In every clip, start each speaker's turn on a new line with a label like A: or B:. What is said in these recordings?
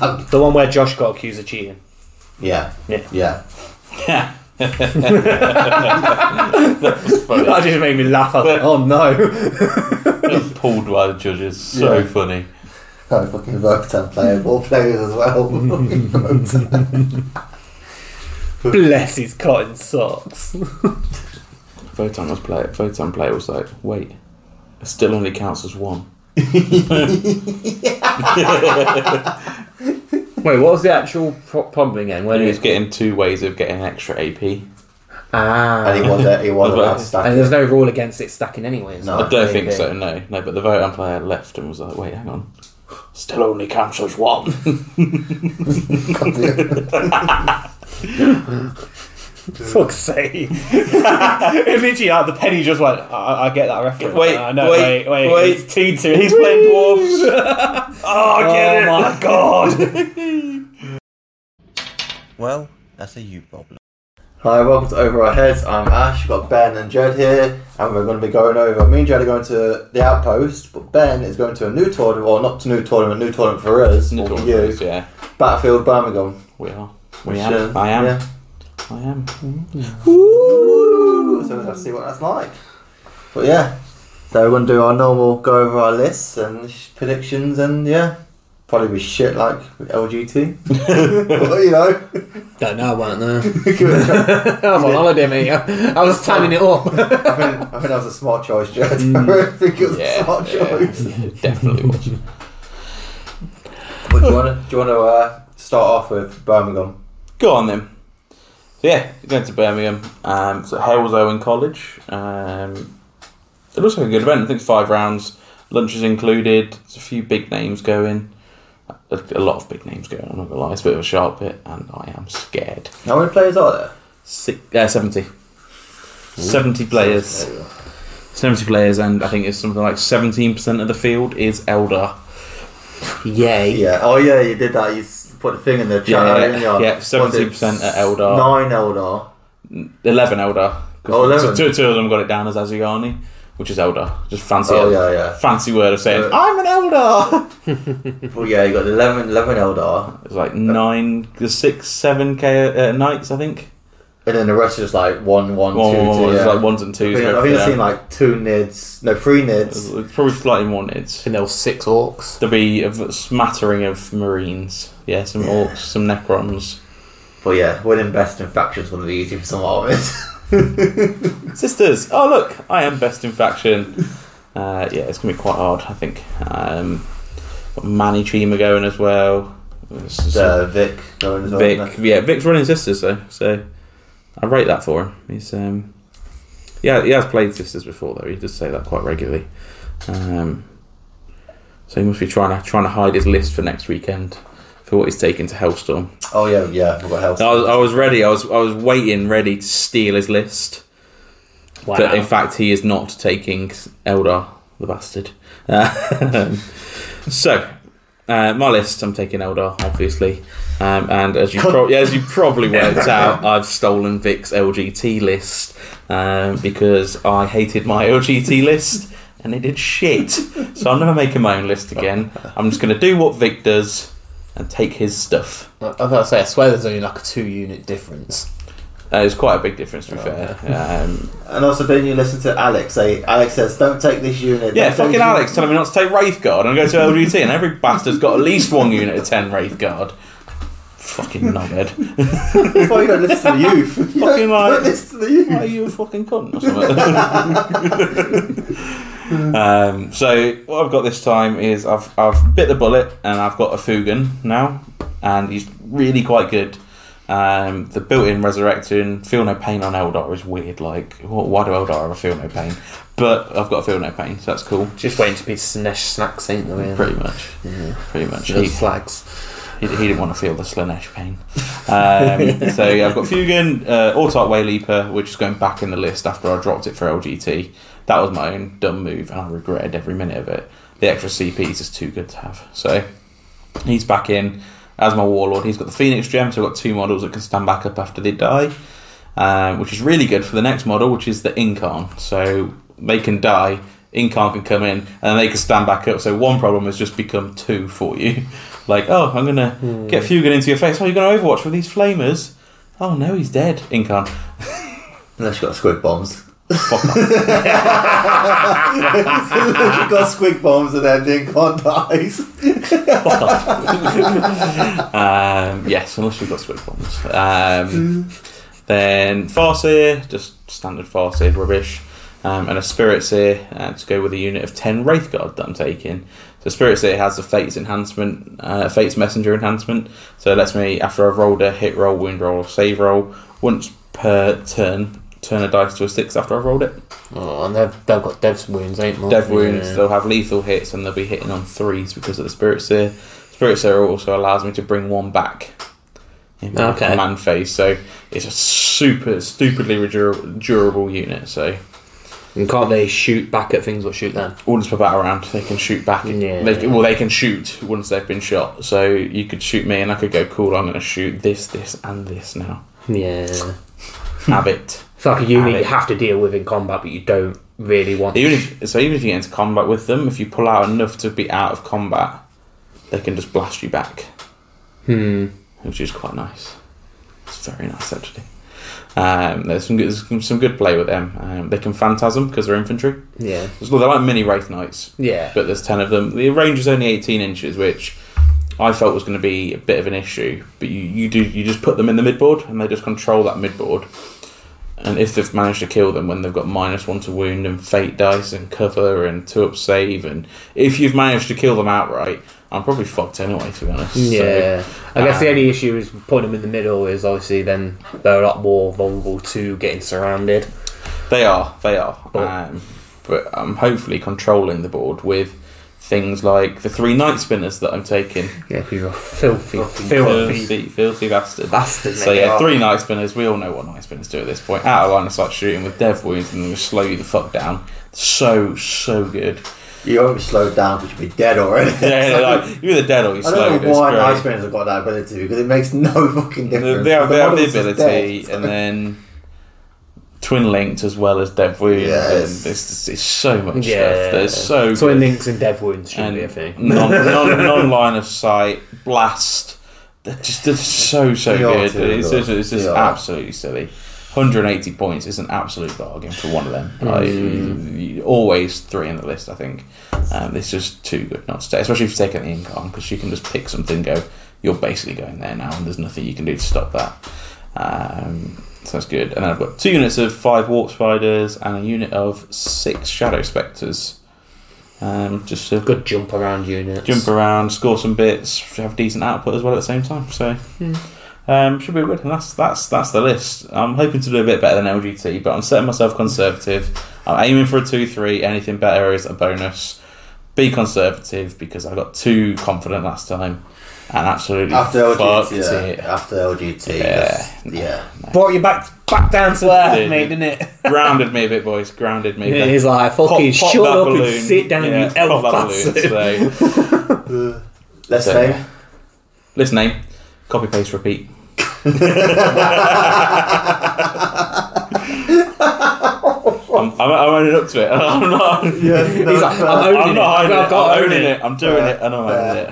A: up.
B: Uh, The one where Josh got accused of cheating.
A: Yeah.
B: Yeah.
A: Yeah.
B: that just made me laugh. I was like, oh no.
C: pulled by the judges. So
A: Yeah.
C: funny.
A: Oh, fucking Votan player, more players as well. Fucking Votan.
B: Bless his cotton socks.
C: Photon was play. Photon player was like, wait, it still only counts as one.
B: Wait, what was the actual pro- problem again? Where
C: And he
B: did
C: was getting two ways of getting extra AP.
B: Ah.
A: and he wasn't, he wasn't allowed to stack
B: And
A: it.
B: there's no rule against it stacking anyway. is
A: No.
B: there?
C: I don't
B: Okay,
C: think
B: okay.
C: so. No, no. But the Votan player left and was like, wait, hang on, still only counts as one.
B: Fuck's sake. it literally, like, the penny just went, I, I get that reference.
C: Wait,
B: I know,
C: wait,
B: wait, wait.
C: wait.
B: It's 2 2.
C: He's playing dwarves.
B: Oh,
C: get it.
B: my god.
D: Well, that's a you problem.
A: Hi, welcome to Over Our Heads. I'm Ash, we've got Ben and Jed here, and we're going to be going over. Me and Jed are going to the outpost, but Ben is going to a new tournament, or not to new tournament, a new tournament for us, or for you.
C: Yeah,
A: Battlefield Birmingham.
C: we are. We
A: Which,
C: am.
A: uh,
C: I am.
A: yeah.
C: I am.
A: Ooh, so let's see what that's like. But yeah, so we're going to do our normal go over our lists and sh- predictions, and yeah, probably be shit like with LGT. but you know,
B: Don't know about that.
A: give it a try.
B: I was on holiday, mate. I was tanning it up.
A: I think, I think that was a smart choice, Jed. I
B: Mm.
A: really think it was a
C: Yeah,
A: smart
C: yeah,
A: choice.
C: yeah, definitely was.
A: But do you want to, do you want to uh, start off with Birmingham?
C: Go on then. So yeah, going to Birmingham. Um, so Hales Owen College. Um, it looks like a good event. I think it's five rounds. Lunch is included. There's a few big names going. A, a lot of big names going. I'm not gonna lie. It's a bit of a sharp bit, and I am scared.
A: How many players are there?
C: Six, uh, seventy. Seventy players. Seventy players, and I think it's something like seventeen percent of the field is elder.
B: Yay.
A: Yeah. Oh yeah, you did that. You s- put the thing in the chat.
C: Yeah,
A: didn't you?
C: yeah,
A: Was it
C: 70% at Eldar.
A: Nine Eldar.
C: Eleven elder. 'Cause
A: Oh, 11.
C: Two, two of them got it down as Azugani, which is elder. Just fancy.
A: Oh yeah, yeah.
C: fancy word of saying
A: Uh,
C: I'm an elder.
A: Well, yeah, you got 11, 11 Eldar,
C: It's like nine, six, seven k uh, knights, I think.
A: and then the rest is like one, one, two,
C: One, one,
A: two,
C: one. It's
A: yeah.
C: like ones and
A: I
C: twos.
A: think,
C: go
A: I
C: for
A: think I've
C: them.
A: seen like two Nids, no three
C: It's
A: Nids.
C: probably slightly more nids.
B: And there was six orcs.
C: There'll be a v- smattering of marines. Yeah, some orcs, some necrons.
A: But yeah, winning best in factions wouldn't be easy for some armies.
C: Sisters, oh look, I am best in faction. Uh, yeah, it's gonna be quite hard, I think. Um, got Manny Chima going as well. It's just-
A: uh, Vic going as well.
C: Vic,
A: isn't it?
C: yeah, Vic's running sisters though, so I rate that for him. He's um, yeah, he has played sisters before though. He does say that quite regularly. Um, so he must be trying to trying to hide his list for next weekend for what he's taking to Hellstorm.
A: Oh yeah, yeah. We've got health.
C: I was, I was ready. I was I was waiting, ready to steal his list.
B: Wow.
C: But in fact, he is not taking Eldar, the bastard. Um, so, uh, my list, I'm taking Eldar, obviously. Um, and as you, pro- yeah, as you probably worked out, I've stolen Vic's LGT list um, because I hated my LGT list and it did shit. So I'm never making my own list again. I'm just going to do what Vic does and take his stuff.
E: I was gonna say, I swear there's only like a two unit difference. Oh.
C: Uh, it's quite a big difference, to be fair. Um,
A: And also, didn't you listen to Alex? Say, Alex says, "Don't take this unit."
C: Yeah,
A: don't take
C: fucking
A: this
C: Alex
A: unit."
C: telling me not to take Wraithguard and I go to LGT and every bastard's got at least one unit of 10 Wraithguard. Fucking knobhead.
A: That's why you don't listen to the youth. You
C: Fucking
A: don't
C: like-
A: listen to the youth.
C: Why are you a fucking cunt or something? um, so, what I've got this time is I've, I've bit the bullet and I've got a Fugan now and he's really quite good. Um, the built-in resurrecting, feel no pain on Eldar is weird. Like, wh- why do Eldar ever feel no pain? But I've got feel no pain, so that's cool.
E: Just waiting to be Snesh Snacks, ain't there? really?
C: Pretty much, pretty much.
E: Those
C: He-
E: flags.
C: He, he didn't want to feel the Slanesh pain. Um, so yeah, I've got Fugan, uh, Autark Wayleaper, which is going back in the list after I dropped it for LGT. That was my own dumb move, and I regretted every minute of it. The extra CP is just too good to have. So he's back in as my Warlord. He's got the Phoenix Gem, so I've got two models that can stand back up after they die, um, which is really good for the next model, which is the Incarn. So they can die Incarn can come in, and then they can stand back up. So one problem has just become two for you. Like, oh, I'm gonna get Fugan into your face. Oh, you're gonna Overwatch with these flamers. Oh no, he's dead. Incarn.
A: Unless you got squid bombs.
C: Fuck off.
A: you got squid bombs and then the Incarn dies.
C: Fuck off. um, yes, unless you've got squid bombs. Um, then Farseer, just standard Farseer rubbish. Um, and a Spirit Seer uh, to go with a unit of 10 Wraith Guard that I'm taking. So Spirit Seer has a Fates enhancement, uh, Fates Messenger enhancement. So it lets me, after I've rolled a hit roll, wound roll, or save roll, once per turn, turn a dice to a 6 after I've rolled it.
E: Oh, and they've, they've got dev's wounds, ain't they?
C: Oh, Dev wounds,
E: Yeah.
C: they'll have lethal hits, and they'll be hitting on threes because of the Spirit Seer. Spirit Seer also allows me to bring one back in my
E: Okay.
C: command phase, so it's a super, stupidly redur- durable unit. So
E: And can't they shoot back at things or shoot them?
C: orders per battle round, they can shoot back.
E: Yeah.
C: They can- well, they can shoot once they've been shot, so you could shoot me, and I could go, cool, I'm going to shoot this, this, and this now.
E: Yeah. It's
C: have it.
E: like a
C: Ah,
E: unit you
C: they-
E: have to deal with in combat, but you don't really want
C: Even if, so, even if you get into combat with them, if you pull out enough to be out of combat, they can just blast you back.
E: Hmm.
C: which is quite nice. It's very nice actually. Um, there's some good, there's some good play with them. Um, they can phantasm because they're infantry.
E: Yeah.
C: It's- They're like mini wraith knights,
E: Yeah.
C: but there's ten of them. The range is only 18 inches, which I felt was going to be a bit of an issue. But you, you do you just put them in the midboard and they just control that midboard. And if they've managed to kill them when they've got minus one to wound and fate dice and cover and two up save and if you've managed to kill them outright, I'm probably fucked anyway. To be honest, So-
E: Yeah, I guess the
C: um,
E: only issue is putting them in the middle is obviously then they're a lot more vulnerable to getting surrounded.
C: They are, they are.
E: Oh.
C: Um, but I'm hopefully controlling the board with things like the three night spinners that I'm taking.
E: Yeah, because you're filthy, filthy,
C: Filthy, filthy bastard.
E: bastard.
C: So yeah, three night spinners. We all know what night spinners do at this point. Out of line of sight shooting with dev wounds and they slow you the fuck down. So so good.
A: You won't be slowed down because you'll be dead already.
C: Yeah, they're like, you're either dead or you're
A: I
C: slow.
A: don't know why nice men have got that ability because it makes no fucking
C: They,
A: difference.
C: they have,
A: Because
C: they have the
A: one of us is
C: ability,
A: dead.
C: and then twin linked as well as dev wounds.
A: Yes.
C: And it's, it's so much
E: Yeah,
C: stuff. There's so
E: so
C: good.
E: links and dev wounds should
C: and
E: be a thing.
C: non, non, non line of sight blast. They're just they're so so
A: They are
C: good.
A: too,
C: it's
A: they
C: just,
A: are.
C: it's just
A: They are.
C: absolutely silly. 180 points is an absolute bargain for one of them. Like, you- you- always three in the list, I think. Um, it's just too good not to take, especially if you take out the incarn because you can just pick something and go, you're basically going there now, and there's nothing you can do to stop that. Um, so that's good. And then I've got two units of five warp spiders and a unit of six shadow spectres. Um, just to
E: Good jump around units.
C: jump around, score some bits, have decent output as well at the same time. So
E: Hmm.
C: um, should be good. And that's that's that's the list. I'm hoping to do a bit better than LGT, but I'm setting myself conservative. I'm aiming for a two three. Anything better is a bonus. Be conservative because I got too confident last time and absolutely
A: after
C: fucked
A: LGT, yeah,
C: it.
A: after LGT, yeah, yeah.
B: Brought you back back down to
C: Did.
B: earth, mate, didn't it?
C: Grounded me a bit, boys. Grounded me.
E: Yeah, he's like, fucking
C: Pop- pop
E: shut
C: that
E: up
C: balloon.
E: and sit down,
C: Yeah,
E: you elf
C: pop that
E: bastard.
C: balloon. So,
A: Let's
C: So,
A: say
C: list name, copy paste, repeat. I'm, I'm, I'm owning up to it. I'm not.
A: yeah,
E: He's like, I'm owning
C: I'm not
E: it.
C: hiding
E: I've
C: it.
E: got
C: I'm
E: to own
C: owning it. I'm doing it, and I'm owning it.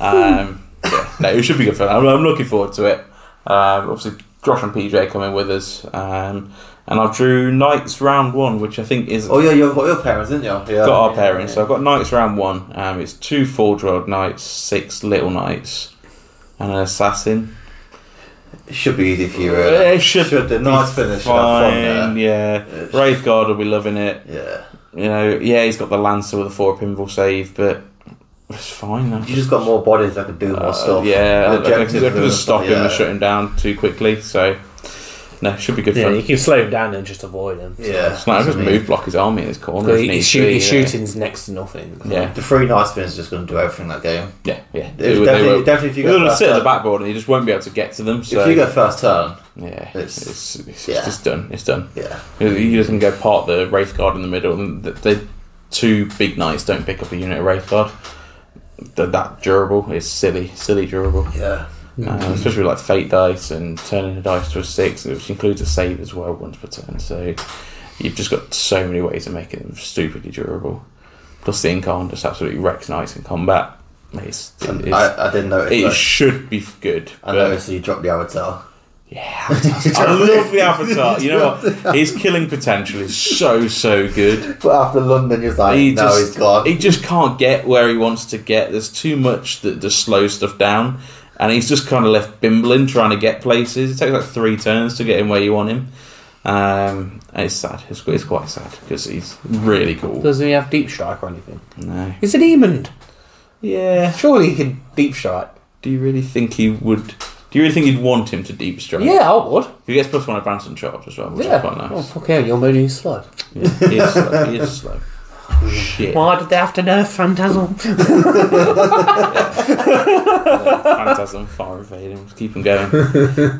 C: Um, yeah, no, it should be good fun. I'm, I'm looking forward to it. Um, obviously, Josh and PJ coming with us, um, and I've drew Knights round one, which I think is
A: oh yeah, you've got your parents, didn't you? Yeah.
C: got our parents. So I've got knights round one. Um, it's two four-year-old knights, six little knights, and an assassin.
A: It should be easy for you.
C: Yeah,
A: Really.
C: it should
A: the
C: be
A: nice finish. have fun
C: Fine,
A: there.
C: yeah.
A: It's-
C: Wraith Guard will be loving it.
A: Yeah,
C: You know, yeah, he's got the lancer with a four pinball save, but it's fine. That's-
A: you just got more bodies that can do more
C: Uh,
A: stuff.
C: Yeah,
A: The
C: I can
A: objectives and
C: just stop him
A: yeah.
C: and shut him down too quickly. So no, should be good
E: Yeah,
C: fun.
E: you can slow him down and just avoid him.
A: Yeah,
C: It's like I just
A: I mean,
C: move block his army in his corner.
E: But
C: if
E: his
C: needs
E: shoot,
C: be,
E: his
C: yeah.
E: shooting's next to nothing.
C: Yeah,
A: The three nice spins just going to do everything that game.
C: yeah, yeah. They
A: If
C: would- they
A: definitely,
C: would-
A: definitely if you
C: You're
A: go
C: gonna
A: first
C: sit at the
A: turn.
C: backboard and you just won't be able to get to them. So
A: If you go first turn,
C: yeah,
A: It's-
C: it's it's, it's
A: yeah.
C: just done. It's done.
A: yeah,
C: You just can go part the wraith guard in the middle, and the, the two big knights don't pick up a unit of wraith guard. They're that durable. It's silly, silly durable.
A: yeah.
C: Um, especially with, like fate dice and turning the dice to a six, which includes a save as well once per turn. So You've just got so many ways of making them stupidly durable. Plus the Incarn just absolutely wrecks knights in combat. It's, it's-
A: I, I didn't notice.
C: it
A: though.
C: should be good.
A: I
C: but-
A: noticed you dropped the avatar.
C: yeah, Avatar's- I love the Avatar. You know what? His killing potential is so so good.
A: But after London, you're like,
C: He
A: no,
C: just
A: he's gone.
C: he just can't get where he wants to get. There's too much that just slows stuff down, and he's just kind of left bimbling trying to get places. It takes like three turns to get him where you want him. Um, and it's sad. It's, it's quite sad because he's really cool.
E: Doesn't he have deep strike or anything?
C: No.
E: He's a demon.
C: Yeah.
E: Surely he can deep strike.
C: Do you really think he would? Do you really think you'd want him to deep strike?
E: Yeah, I would.
C: He gets plus one advance and charge as well, which
E: yeah.
C: is quite nice.
E: Oh, fuck yeah, you're moving slow.
C: Yeah, he is slow. He is slow. Shit.
E: Why did they have to nerf Phantasm?
C: Phantasm, fire evade him, just keep him going.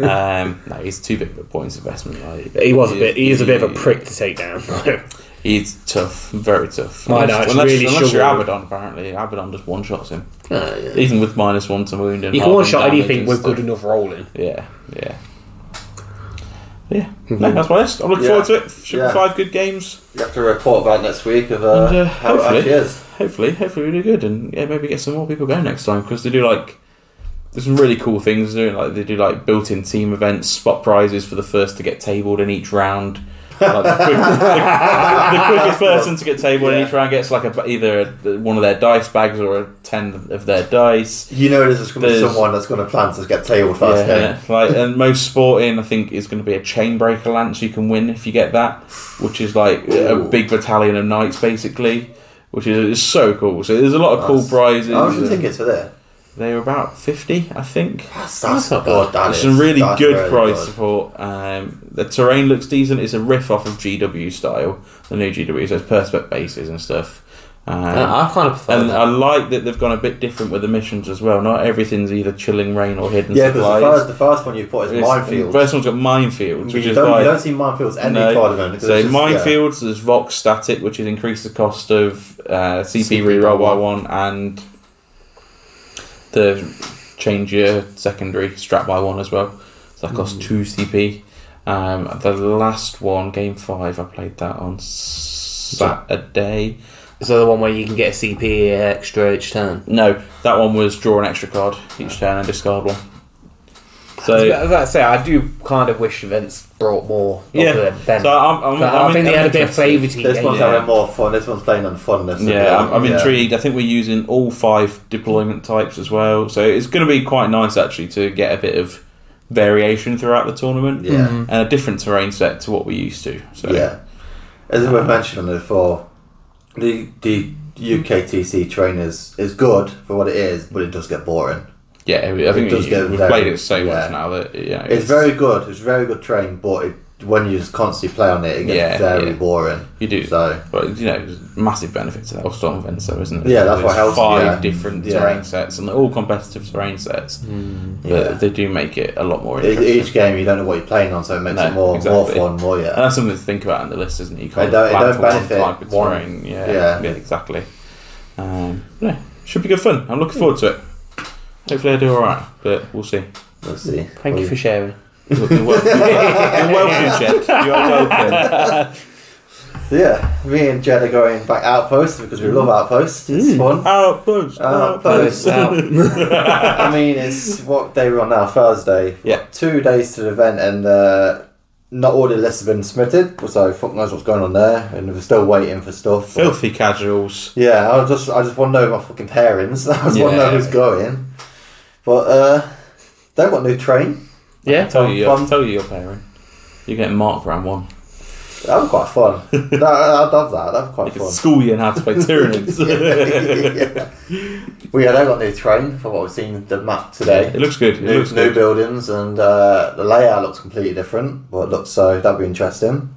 C: Um, no, he's too big of a points investment. Like,
B: He was a bit. He is a bit of a prick to take down.
C: He's tough, very tough.
B: I know, it's
C: unless,
B: really Oh,
C: unless you're
B: chivalry.
C: Abaddon, apparently. Abaddon just one shots him.
E: you
C: Even with minus one to wound and
E: can
C: half
E: one shot
C: damage
E: anything
C: and
E: with
C: stuff.
E: good enough rolling.
C: Yeah, yeah. Yeah,
B: Mm-hmm.
C: no, that's my list. I'm looking
A: Yeah.
C: forward to it. Should
A: Yeah.
C: be five good games.
A: You have to report back next week of uh,
C: And, uh,
A: how it
C: hopefully-
A: actually is.
C: hopefully, hopefully we do good, and yeah, maybe get some more people going next time because they do like there's some really cool things doing. Like they do like built-in team events, spot prizes for the first to get tabled in each round. like the, quick, the, the quickest person to get tabled in each round gets like a, either a, one of their dice bags or a ten of their dice.
A: You know, there's just going to be
C: There's-
A: someone that's going to plan to get tabled first game.
C: Yeah, like and most sporting, I think is going to be a chain breaker lance you can win if you get that, which is like
A: Ooh.
C: a big battalion of knights basically, which is, is so cool. So there's a lot of cool
A: Nice.
C: prizes.
A: I was just thinking to there.
C: They were about 50, I think.
E: That's
A: That's, that's,
E: not
A: good. That
C: There's
A: is-
C: some really
A: that's
C: good
A: really
C: prize
A: good.
C: support. Um, the terrain looks decent. It's a riff off of GW style, the new GW, so it's perspect bases and stuff. Um,
A: Ah,
E: I, I kind of prefer
C: and
E: that.
C: I like that they've gone a bit different with the missions as well. Not everything's either chilling rain or hidden
A: Yeah, because the
C: supplies.
A: first, the first one you put is
C: It's-
A: minefields.
C: First one's got minefields, which
A: you,
C: is
A: don't,
C: like
A: you don't see minefields any
C: No.
A: card event. because
C: so
A: it's just- yeah.
C: minefields. There's Vox static, which has increased the cost of uh, CP reroll by one, and the change your secondary strap by one as well. So that
A: Hmm.
C: costs two CP. Um, the last one, game five, I played that on Saturday.
E: So the one where you can get a CP extra each turn.
C: No, that one was draw an extra card each turn and discard one.
E: So,
C: So
E: I say, I do kind of wish events brought more
C: yeah,
E: of them.
C: so I'm, I'm,
E: But i
C: I'm
E: think they
C: I'm
E: had a bit of
C: interested.
E: flavour to
A: This one's
E: engage.
A: having more fun. This one's playing on funness. as
C: Yeah,
A: well.
C: I'm, I'm
A: Yeah.
C: intrigued. I think we're using all five deployment types as well, so it's going to be quite nice actually to get a bit of variation throughout the tournament
A: Yeah.
C: and a different terrain set to what we're used to. So um,
A: Yeah. As we've mentioned before, the the UKTC train is, is good for what it is, but it does get boring.
C: yeah, I think
A: does
C: we,
A: get
C: have
A: very-
C: played it so
A: yeah.
C: much now that you know,
A: It's, very good. It's a very good train, but it, when you just constantly play on it, it gets
C: Yeah,
A: very
C: yeah.
A: boring.
C: you do.
A: So
C: But you know, there's massive benefit to the whole Storm event, so isn't it?
A: Yeah, that's
C: There's
A: what helps,
C: Five
A: yeah.
C: different
A: Yeah.
C: terrain sets, and they're all competitive terrain sets,
E: Hmm.
C: but
A: yeah.
C: they do make it a lot more
A: e-
C: interesting.
A: each game you don't know what you're playing on, so it makes
C: No,
A: it more
C: exactly. Uh,
A: more fun, more yeah.
C: And that's something to think about in the list, isn't it? You can't
A: It don't- it
C: plan
A: don't
C: for one
A: benefit
C: type of
A: one-
C: terrain. Yeah,
A: yeah.
C: yeah. exactly. Um, yeah, should be good fun. I'm looking forward to it. Hopefully, I do all right, but we'll see.
A: Let's see.
E: Thank you for sharing.
C: You're you're welcome, you're welcome Jed. You're welcome.
A: So yeah, me and Jed are going back outpost because we love outpost. It's
C: Mm.
A: fun.
C: Outpost,
A: Outpost.
B: Oh,
C: outpost.
E: uh,
A: I mean, it's what day we're on now, Thursday.
C: Yeah.
A: Two days to the event, and uh, not all the lists have been submitted, so fuck knows what's going on there, and we're still waiting for stuff.
C: Filthy casuals.
A: Yeah, I was just I just want to know my fucking parents. I just want to know
C: Yeah.
A: who's going. But uh, they want new train.
E: Yeah?
C: Tell you,
A: Fun.
C: tell you your parent. You're getting marked round one.
A: That was quite fun. no, I, I love that. That was
C: They
A: quite
C: could
A: fun.
C: school you in how to play Tyranids.
A: yeah. Well, yeah, they got new train from what we've seen the map today.
C: It looks good. It
A: new,
C: looks
A: new
C: good.
A: buildings and uh, the layout looks completely different. But it looks so that'd be interesting.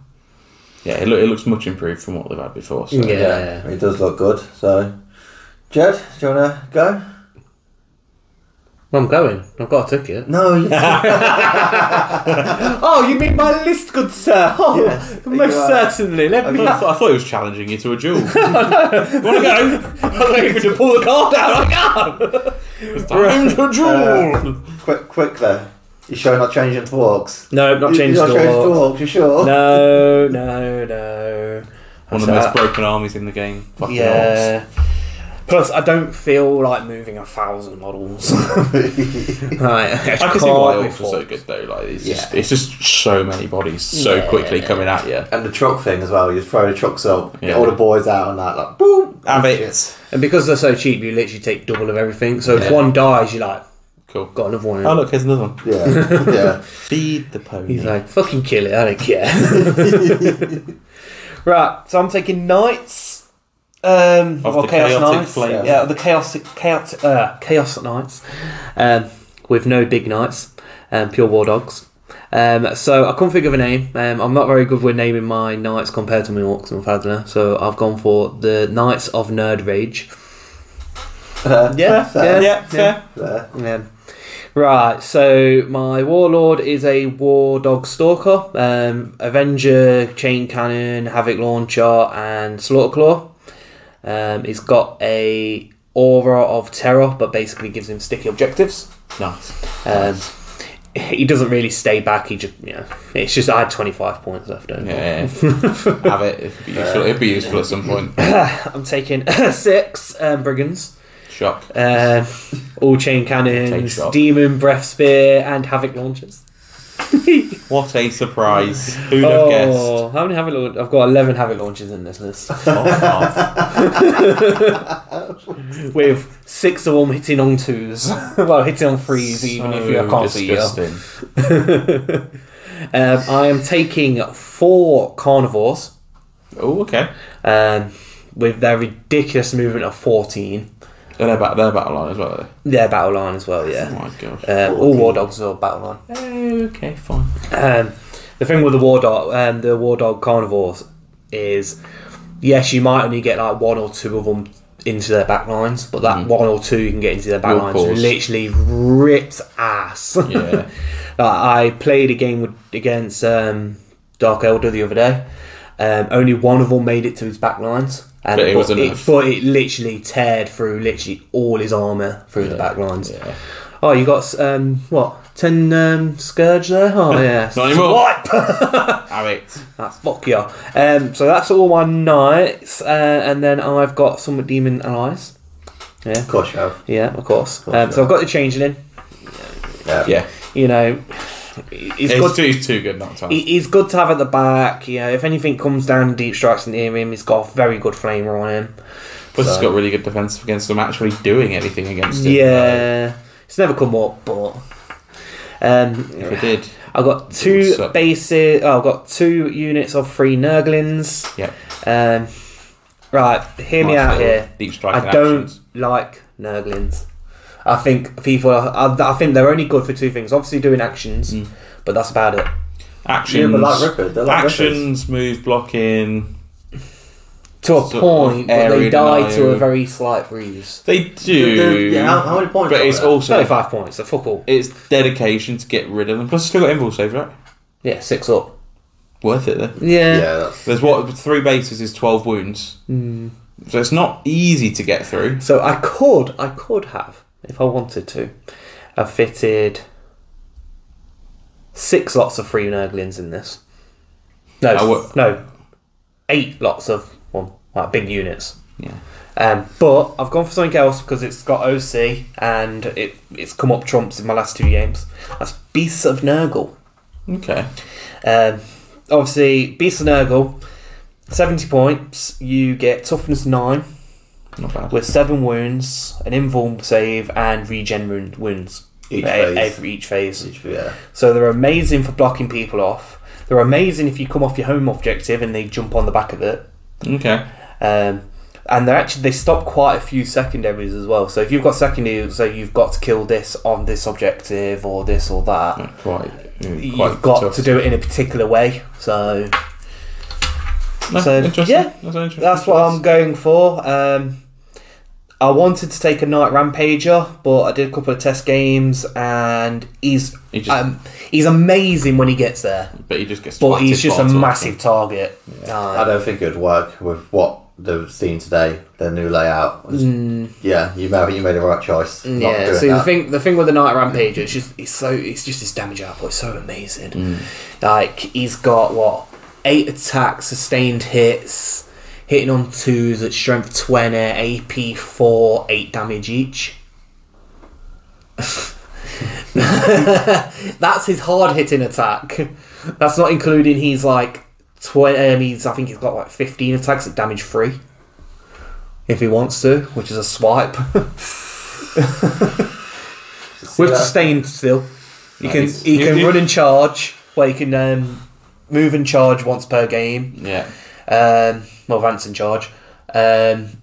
C: Yeah, it, look, it looks much improved from what they've had before. So.
E: Yeah.
A: it does look good. So, Jed, do you wanna go?
E: I'm going. I've got a ticket.
A: No, you
B: oh, you mean my list, good sir? Oh,
A: Yes, you
B: most
A: are.
B: certainly. Let me.
C: I thought, I thought it was challenging you to a duel. you want to go?
B: I'm waiting to pull the card out. I can't.
E: Uh,
C: Round a duel.
A: quick, quick there. You sure you're not changing to orcs?
E: No, not
A: You-
E: changed
A: you're
E: at
A: not changing to
E: all.
A: orcs. You sure?
E: No, no, no.
C: One of the most broken armies in the game. Fucking
E: uh,
C: orcs.
E: Yeah. Plus, I don't feel like moving a thousand models.
C: I
E: right.
C: can see why orcs were so good though. Like it's just it's just so many bodies so
E: Yeah.
C: quickly coming at you.
A: And the truck thing as well. You throw the trucks up,
C: Yeah.
A: get all the boys out on that, like boom,
C: Have it.
A: Shit.
E: And because they're so cheap, you literally take double of everything. So
C: Yeah.
E: if one dies, you're like,
C: Cool.
E: got another one.
C: Oh look, here's another one.
A: Yeah, yeah.
C: Feed the pony.
E: He's like, fucking kill it, I don't care. right, so I'm taking knights. Um,
C: Of
E: or
C: the
E: chaos
C: chaotic
E: knights.
C: flavour.
E: Yeah, the chaotic, chaos, uh, chaos knights. Um, with no big knights, um, pure war dogs. Um, so I couldn't think of a name. Um, I'm not very good with naming my knights compared to my orcs and fadler, so I've gone for the knights of nerd rage. Yeah,
A: fair,
E: yeah, yeah.
A: fair.
E: Yeah. Right, so my warlord is a war dog stalker, um, Avenger, chain cannon, havoc launcher, and slaughter claw. Um, he's got a aura of terror, but basically gives him sticky objectives.
C: nice.
E: Um, he doesn't really stay back. He just, you know, it's just I had twenty five points left. Don't I?
C: Yeah. Have it. It'd be useful. It'd be useful at some point.
E: I'm taking six um, brigands.
C: Shock.
E: Um, all chain
C: Take
E: cannons,
C: shot.
E: demon breath spear, and havoc launchers.
C: What a surprise. Who'd have guessed?
E: Oh, how many havoc launch? I've got eleven havoc launchers in this list,
C: Fuck
E: Oh,
C: off.
E: with six of them hitting on twos, well, hitting on threes, even if you
C: So
E: can't see it.
C: disgusting.
E: Um, I am taking four carnivores,
C: Oh, okay.
E: um, with their ridiculous movement of fourteen.
C: And their, bat- their battle line as well. though.
E: Their battle line as well,
C: Oh
E: yeah.
C: my god.
E: Uh, all war dogs are battle line.
C: Okay, fine.
E: Um, the thing with the war dog, um, the war dog carnivores, is yes, you might only get like one or two of them into their back lines, but that
C: Mm-hmm.
E: one or two you can get into their back
C: Your
E: lines
C: paws.
E: literally rips ass.
C: Yeah.
E: Like, I played a game with, against um, Dark Elder the other day. Um, only one of them made it to his back lines. And,
C: But it was
E: it,
C: enough.
E: but it literally teared through literally all his armour through the back lines.
C: yeah.
E: Oh, you got um, what ten um, scourge there? Oh yeah,
C: Not anymore.
E: Swipe!
C: Have it.
E: that's fuck yeah. Um, so that's all my knights, uh, and then I've got some demon allies. Yeah,
A: Of course you have.
E: yeah, of course. Um, so I've got the changeling.
C: Yeah.
E: You know, he's
C: It's,
E: good.
C: too, it's too good not to.
E: he- He's good to have at the back. You know, if anything comes down, deep strikes near him. He's got a very good flamer on him.
C: Plus, it's got really good defense against them actually doing anything against him.
E: Yeah, it's never come up, but um,
C: If it uh, did,
E: I've got
C: would
E: two
C: suck.
E: bases. Oh, I've got two units of three Nurglings.
C: yeah.
E: Um, right, hear me
C: Nice
E: out
C: little
E: here.
C: Deep strike.
E: I don't like Nurglings. I think people. Are, I, I think they're only good for two things. Obviously, doing actions,
C: Mm.
E: but that's about it.
A: Yeah,
C: Actions.
A: but like Ripper, they're like Rippers.
C: actions, move, blocking.
E: To a
C: Sort of
E: point, but they
C: airy
E: die to
C: denial.
E: a very slight breeze.
C: They do.
A: They're- they're- yeah, how, how many points?
C: but
A: are
C: it's
A: there?
C: also
E: Thirty-five points. A fuck all.
C: it's dedication to get rid of them. Plus, it's still got invul saves, right?
E: Yeah, six up.
C: Worth it. Then.
E: Yeah.
A: Yeah, that's,
C: There's what three bases is twelve wounds. So it's not easy to get through.
E: So I could, I could have, if I wanted to, have fitted six lots of free Nurglings in this. No,
C: I would-
E: no, eight lots of well, like big units.
C: Yeah.
E: Um, but I've gone for something else because it's got OC and it it's come up trumps in my last two games. That's Beasts of Nurgle.
C: Okay.
E: Um, obviously, Beasts of Nurgle, seventy points. You get toughness nine
C: Not bad.
E: with seven wounds, an invuln save, and regen wound- wounds
A: Each
E: E-
A: phase.
E: Every, each phase.
A: yeah.
E: So they're amazing for blocking people off. They're amazing if you come off your home objective and they jump on the back of it.
C: Okay.
E: Um, and they're actually they stop quite a few secondaries as well. So if you've got secondaries, so you've got to kill this on this objective or this or that.
C: Not Quite. mm, Quite
E: You've got
C: tough.
E: to do it in a particular way. So
C: No,
E: so,
C: interesting.
E: yeah.
C: That's, an interesting
E: That's what
C: choice.
E: I'm going for. Um, I wanted to take a night rampager, but I did a couple of test games, and he's
C: He just-
E: um, he's amazing when he gets there,
C: But he just gets.
E: but he's
C: twatted
E: just
C: far
E: a
C: too
E: massive target.
A: I
E: Uh,
A: don't think it'd work with what they've seen today, their new layout. was- Yeah, you made you made the right choice. not
E: Yeah.
A: doing
E: See the
A: that.
E: thing, the thing with the Night Rampage, it's just it's so it's just his damage output is so amazing.
A: Mm.
E: Like he's got what eight attacks, sustained hits, hitting on twos at strength twenty, AP four, eight damage each. That's his hard hitting attack. That's not including he's like twenty. Um, he's I think he's got like fifteen attacks at damage three. If he wants to, which is a swipe. With
A: Yeah.
E: sustained still, you can
C: Nice.
E: he
C: You-
E: can
C: you-
E: run and charge, where you can um, move and charge once per game,
C: Yeah.
E: um, or advance and charge. Um,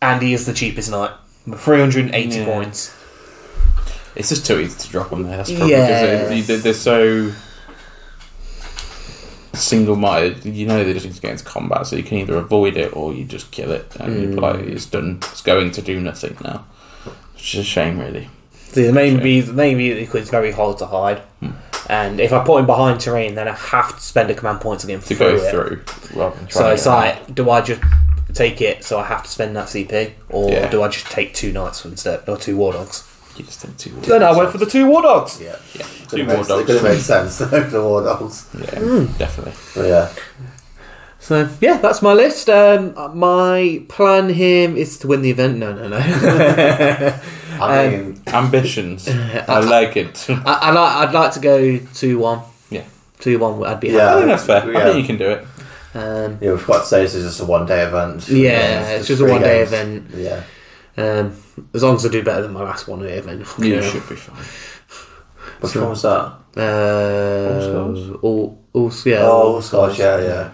E: and he is the cheapest knight, three hundred and eighty
C: Yeah.
E: points.
C: It's just too easy to drop on there. That's probably
E: Yes.
C: because they- they- they're so single-minded. You know they're just going to get into combat, so you can either avoid it or you just kill it, and
E: Hmm.
C: you're like, it's done. It's going to do nothing now. Which is a shame, really.
E: See, the main be the main vehicle is very hard to hide, and if I put him behind terrain, then I have to spend a command point to get him
C: To
E: through
C: go
E: it.
C: through. Rather than
E: So
C: trying
E: it's
C: to-
E: like, do I just take it? So I have to spend that CP, or
C: Yeah.
E: do I just take two knights instead, or two war dogs?
C: You just take two.
E: Then I went for the two war dogs.
A: Yeah.
C: Yeah,
A: Could
C: two
A: have
C: more
A: made, it
C: dogs.
A: could have made sense. the war dogs.
C: Yeah, definitely.
A: But yeah.
E: So yeah, that's my list. Um, my plan here is to win the event. No, no, no. I,
A: I mean,
C: Ambitions. I like it. I
E: I like. I'd like to go two one.
C: Yeah.
E: two one. I'd be
A: Yeah.
E: happy.
C: think that's fair. I
A: Yeah.
C: think you can do it.
E: Um,
A: yeah, we've got to say this is just a one day event.
E: Yeah, it's just a
A: three
E: one-day
A: games.
E: event.
A: Yeah.
E: um, as long as I do better than my last one event. fuck
C: You
E: it.
C: should be fine.
A: Which one was that?
E: Uh, all, all, yeah.
A: Oh, all Scotch, yeah, yeah.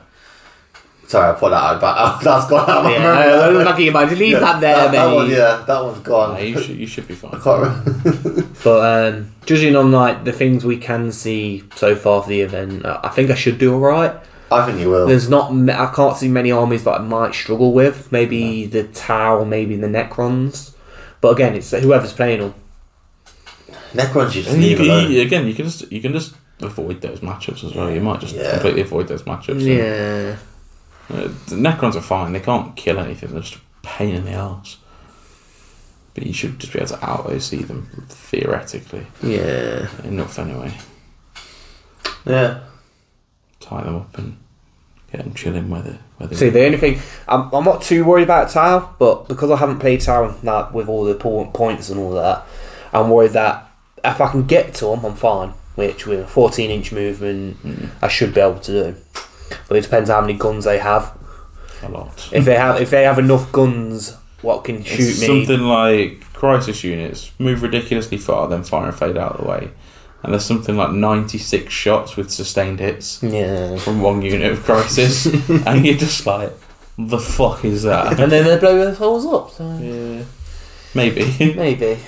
A: Sorry, I put that out, but oh, that's gone out of my
E: Yeah,
A: memory.
E: I was lucky you might leave
A: Yeah,
E: that there,
A: that, that
E: mate.
A: one, yeah, that one's gone.
C: Yeah, you, should, you should be fine.
A: I can't remember.
E: But um, judging on like the things we can see so far for the event, I I think I should do all right.
A: I think you will.
E: There's not, m- I can't see many armies that I might struggle with. Maybe the Tau, maybe the Necrons. But again, it's whoever's playing them.
A: Necrons, you just
C: And you
A: leave
C: can,
A: alone.
C: you- again, you can just you can just avoid those matchups as well. You might just
A: Yeah.
C: completely avoid those matchups.
E: Yeah.
C: Uh, the Necrons are fine. They can't kill anything. They're just a pain in the arse. But you should just be able to out OC them theoretically
E: Yeah.
C: enough anyway.
A: Yeah.
C: Tie them up and get them chilling where they where they.
E: See, the only thing, I'm, I'm not too worried about Tau, but because I haven't played Tau and that with all the po- points and all that, I'm worried that if I can get to them, I'm fine. Which with a 14 inch movement, I should be able to do. But it depends how many guns they have.
C: a lot.
E: If they have, if they have enough guns, what can shoot
C: It's
E: me?
C: Something like crisis units move ridiculously far, then fire and fade out of the way. And there's something like 96 shots with sustained hits
E: Yeah.
C: from one unit of crisis, and you're just like, the fuck is that?
E: and then they blow themselves up. So
C: Yeah. Maybe.
E: maybe.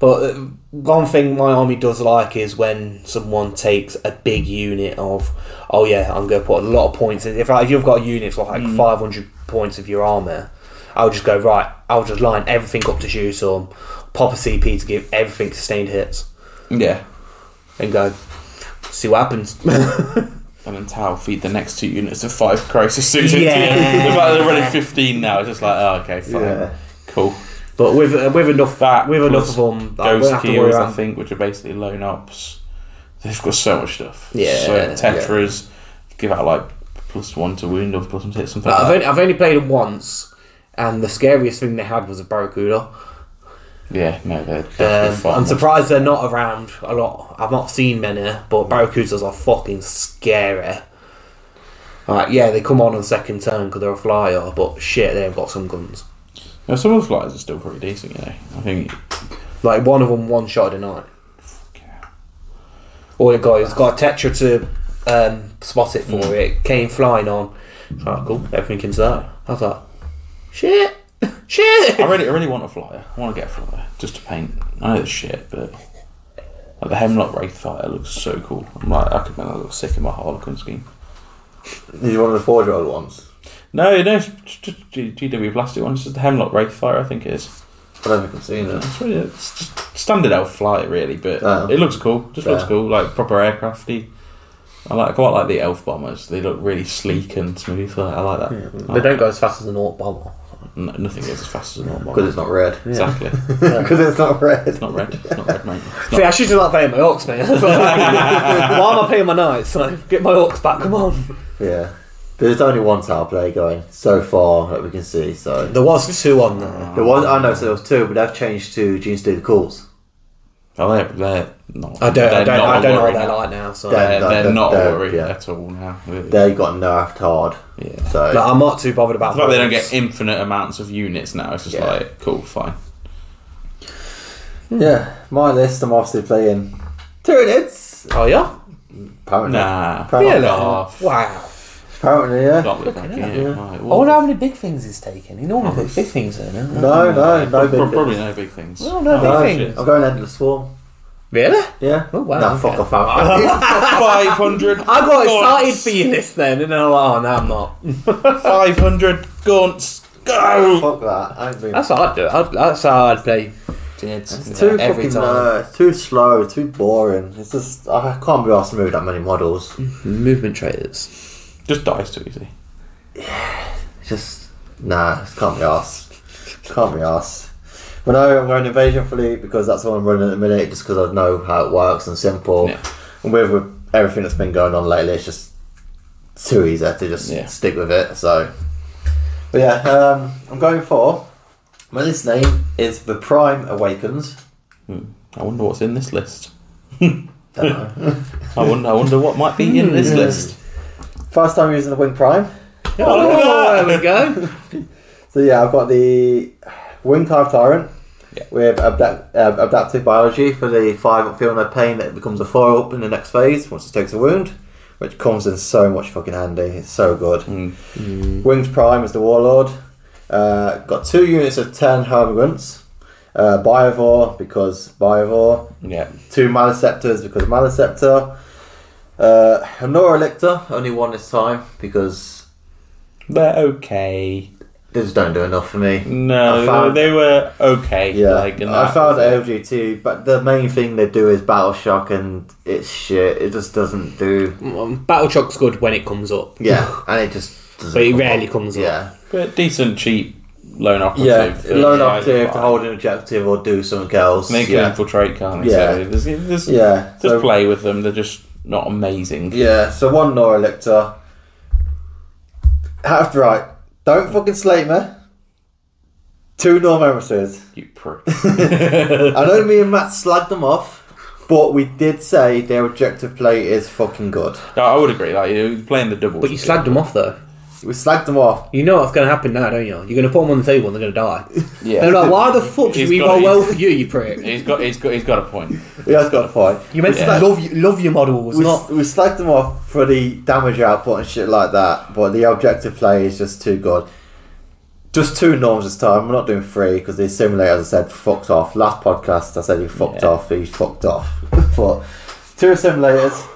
E: But uh, one thing my army does like is when someone takes a big unit of, oh yeah, I'm going to put a lot of points in. If, I, if you've got a unit for
C: Mm.
E: like 500 points of your armor, I'll just go, right, I'll just line everything up to shoot them, pop a CP to give everything sustained hits,
C: yeah.
E: and go, see what happens.
C: And then Tau feed the next two units of five crisis units.
E: Yeah.
C: They're about- they're running 15 now. It's just like, oh, okay, fine.
A: Yeah.
C: Cool.
E: but with uh, with enough
C: That
E: with enough
C: plus
E: of them, I won't
C: Ghost
E: have to worry
C: Keels, I
E: about
C: think, which are basically lone ops. They've got so much stuff.
E: Yeah,
C: So
E: yeah.
C: Tetras give out like plus one to wound or plus one to hit something.
E: I've
C: Like
E: only, I've only played it once, and the scariest thing they had was a barracuda.
C: that. Yeah, no, they're definitely
E: Um,
C: far
E: I'm
C: more-
E: surprised they're not around a lot. I've not seen many, but barracudas are fucking scary. Like, yeah, they come on on second turn because they're a flyer, but shit, they've got some guns.
C: Now, some of the flyers are still pretty decent, you know. I think.
E: Like one of them one shot a night. All it got is got a tetra to um, spot it for it. Came flying on. It's like, cool, everything into that. I was like, shit, shit.
C: I really, I really want a flyer. I want to get a flyer just to paint. I know it's shit, but like the Hemlock Wraith Fire looks so cool. I'm like, I could make that look sick in my Harlequin scheme.
A: You one of the four year old ones?
C: No, no, it's just G- GW Plastic one. It's just the Hemlock Wraith Fire, I think it is.
A: I don't think I've seen it.
C: It's really it's just standard elf flyer, really, but
A: Oh.
C: it looks cool. Just
A: Fair.
C: looks cool, like proper aircrafty. I like quite like the elf bombers. They look really sleek and smooth. I, I like that. I
E: They don't
C: like that.
E: go as fast as an Orc bomber.
C: No, nothing goes as fast as a normal
A: Because it's not red.
C: Exactly. it's
A: Because it's not red.
C: not red. It's not red, mate. It's
E: See,
C: not-
E: I should just like paying my orcs, man. That's what I'm thinking. Why am I paying my knights? Like, get my orcs back, come on.
A: Yeah. There's only one tower play going so far that we can see, so.
B: There was two on there.
A: There was, I know, so there was two, but they've changed to Genes do the calls.
C: Oh, they're, they're not.
B: I don't- I
C: they're
B: don't-
C: not
B: I
C: a
B: don't know
C: worry
B: what
C: now.
E: They're like now, so.
A: Yeah.
C: They're,
A: They're-
C: they're
A: they're-
C: not
A: they're-
C: a worry
A: yeah.
C: at all now. Really.
A: They got nerfed hard.
C: yeah.
A: So.
B: Like, I'm not too bothered about.
C: It's like they don't
B: hordes.
C: get infinite amounts of units now. It's just
A: Yeah.
C: like cool, fine.
A: Yeah, my list. I'm obviously playing Tyranids.
E: Oh, yeah?
A: Apparently,
C: Nah,
A: Apparently,
C: fuck off.
E: Wow.
A: apparently, yeah. Oh,
C: Got me back in. Right,
E: I wonder
C: well,
E: Oh, how many big things he's taken. He normally puts big things in, huh?
A: No, no, no
C: prob-
A: big
C: prob- probably
A: things.
C: no big things.
E: Well, no
A: No,
E: big things.
A: I'm going Endless Swarm.
E: Really?
A: Yeah.
E: Oh, wow,
A: Nah,
E: okay.
A: fuck off. I'm-
C: Five hundred.
E: I got excited for your list then, and then I'm like, oh, no, I'm not.
C: Five hundred gaunts. Go.
A: fuck that. I ain't been.
E: That's how I'd do it. I'd, that's how I'd play.
A: It's too
E: every
A: fucking
E: time.
A: uh, it's too slow, too boring. It's just I can't be asked to move that many models.
E: Movement traitors.
C: Just dies too easy.
A: It's just nah, it can't be asked. Can't be asked. But no, I'm going Invasion Fleet because that's what I'm running at the minute, just because I know how it works and simple.
C: Yeah.
A: And with, with everything that's been going on lately, it's just too easy to just
C: Yeah.
A: stick with it. So, but yeah, um, I'm going for. My list name is The Prime Awakens.
C: I wonder what's in this list.
A: Don't know.
C: I wonder. I wonder what might be in
A: Hmm.
C: this list.
A: First time using the Wing Prime.
E: Oh, there we go.
A: So yeah, I've got the Wing Carve Tyrant
C: Yeah.
A: with adapt- uh, adaptive biology for the five up feel no pain that becomes a four up in the next phase once it takes a wound, which comes in so much fucking handy. It's so good.
C: Mm.
A: Wings Prime is the Warlord. Uh, got two units of ten Hermigrants. Uh, Biovore because Biovore.
C: Yeah.
A: Two Maliceptors because Maliceptor. Uh, Honora Lictor, only one this time because
C: They're okay.
A: they just don't do enough for me.
C: No,
A: I found-
C: they were okay.
A: Yeah,
C: like, and
A: I
C: that
A: found
C: was it.
A: LGT, but the main thing they do is Battle Shock, and it's shit. It just doesn't do.
E: Um, Battle Shock's good when it comes up,
A: Yeah, and it just doesn't.
E: but it
A: come
E: rarely
A: up.
E: comes up.
A: Yeah,
C: but decent, cheap lone
A: yeah.
C: operative.
A: Loan
C: Yeah,
A: up to, to
C: fine.
A: hold an objective or do something else.
C: They can
A: yeah.
C: infiltrate, can't they?
A: Yeah.
C: So there's, there's,
A: yeah.
C: Just
A: So,
C: play with them. They're just not amazing.
A: yeah. So one Nora Lictor. Half right. Don't fucking slate me. Two Norm Emissaries.
C: You prick.
A: I know me and Matt slagged them off. But we did say their objective play is fucking good.
C: No, I would agree. Like you're playing the doubles.
E: But you slagged them off though.
A: We slagged them off.
E: You know what's going to happen now, don't you? You're going to put them on the table and they're going to die.
C: Yeah.
E: They're like, why the fuck should
C: He's
E: we
C: got
E: roll
C: it.
E: well for you, you prick?
C: He's got, he's got, he's got a point.
A: He has got a point.
E: You meant
A: Yeah.
E: to love, you- love your models,
A: we,
E: not.
A: we slagged them off for the damage output and shit like that, but the objective play is just too good. Just two norms this time. We're not doing three because the simulator, as I said, fucked off. Last podcast, I said he fucked
C: Yeah.
A: off. He fucked off. but two simulators,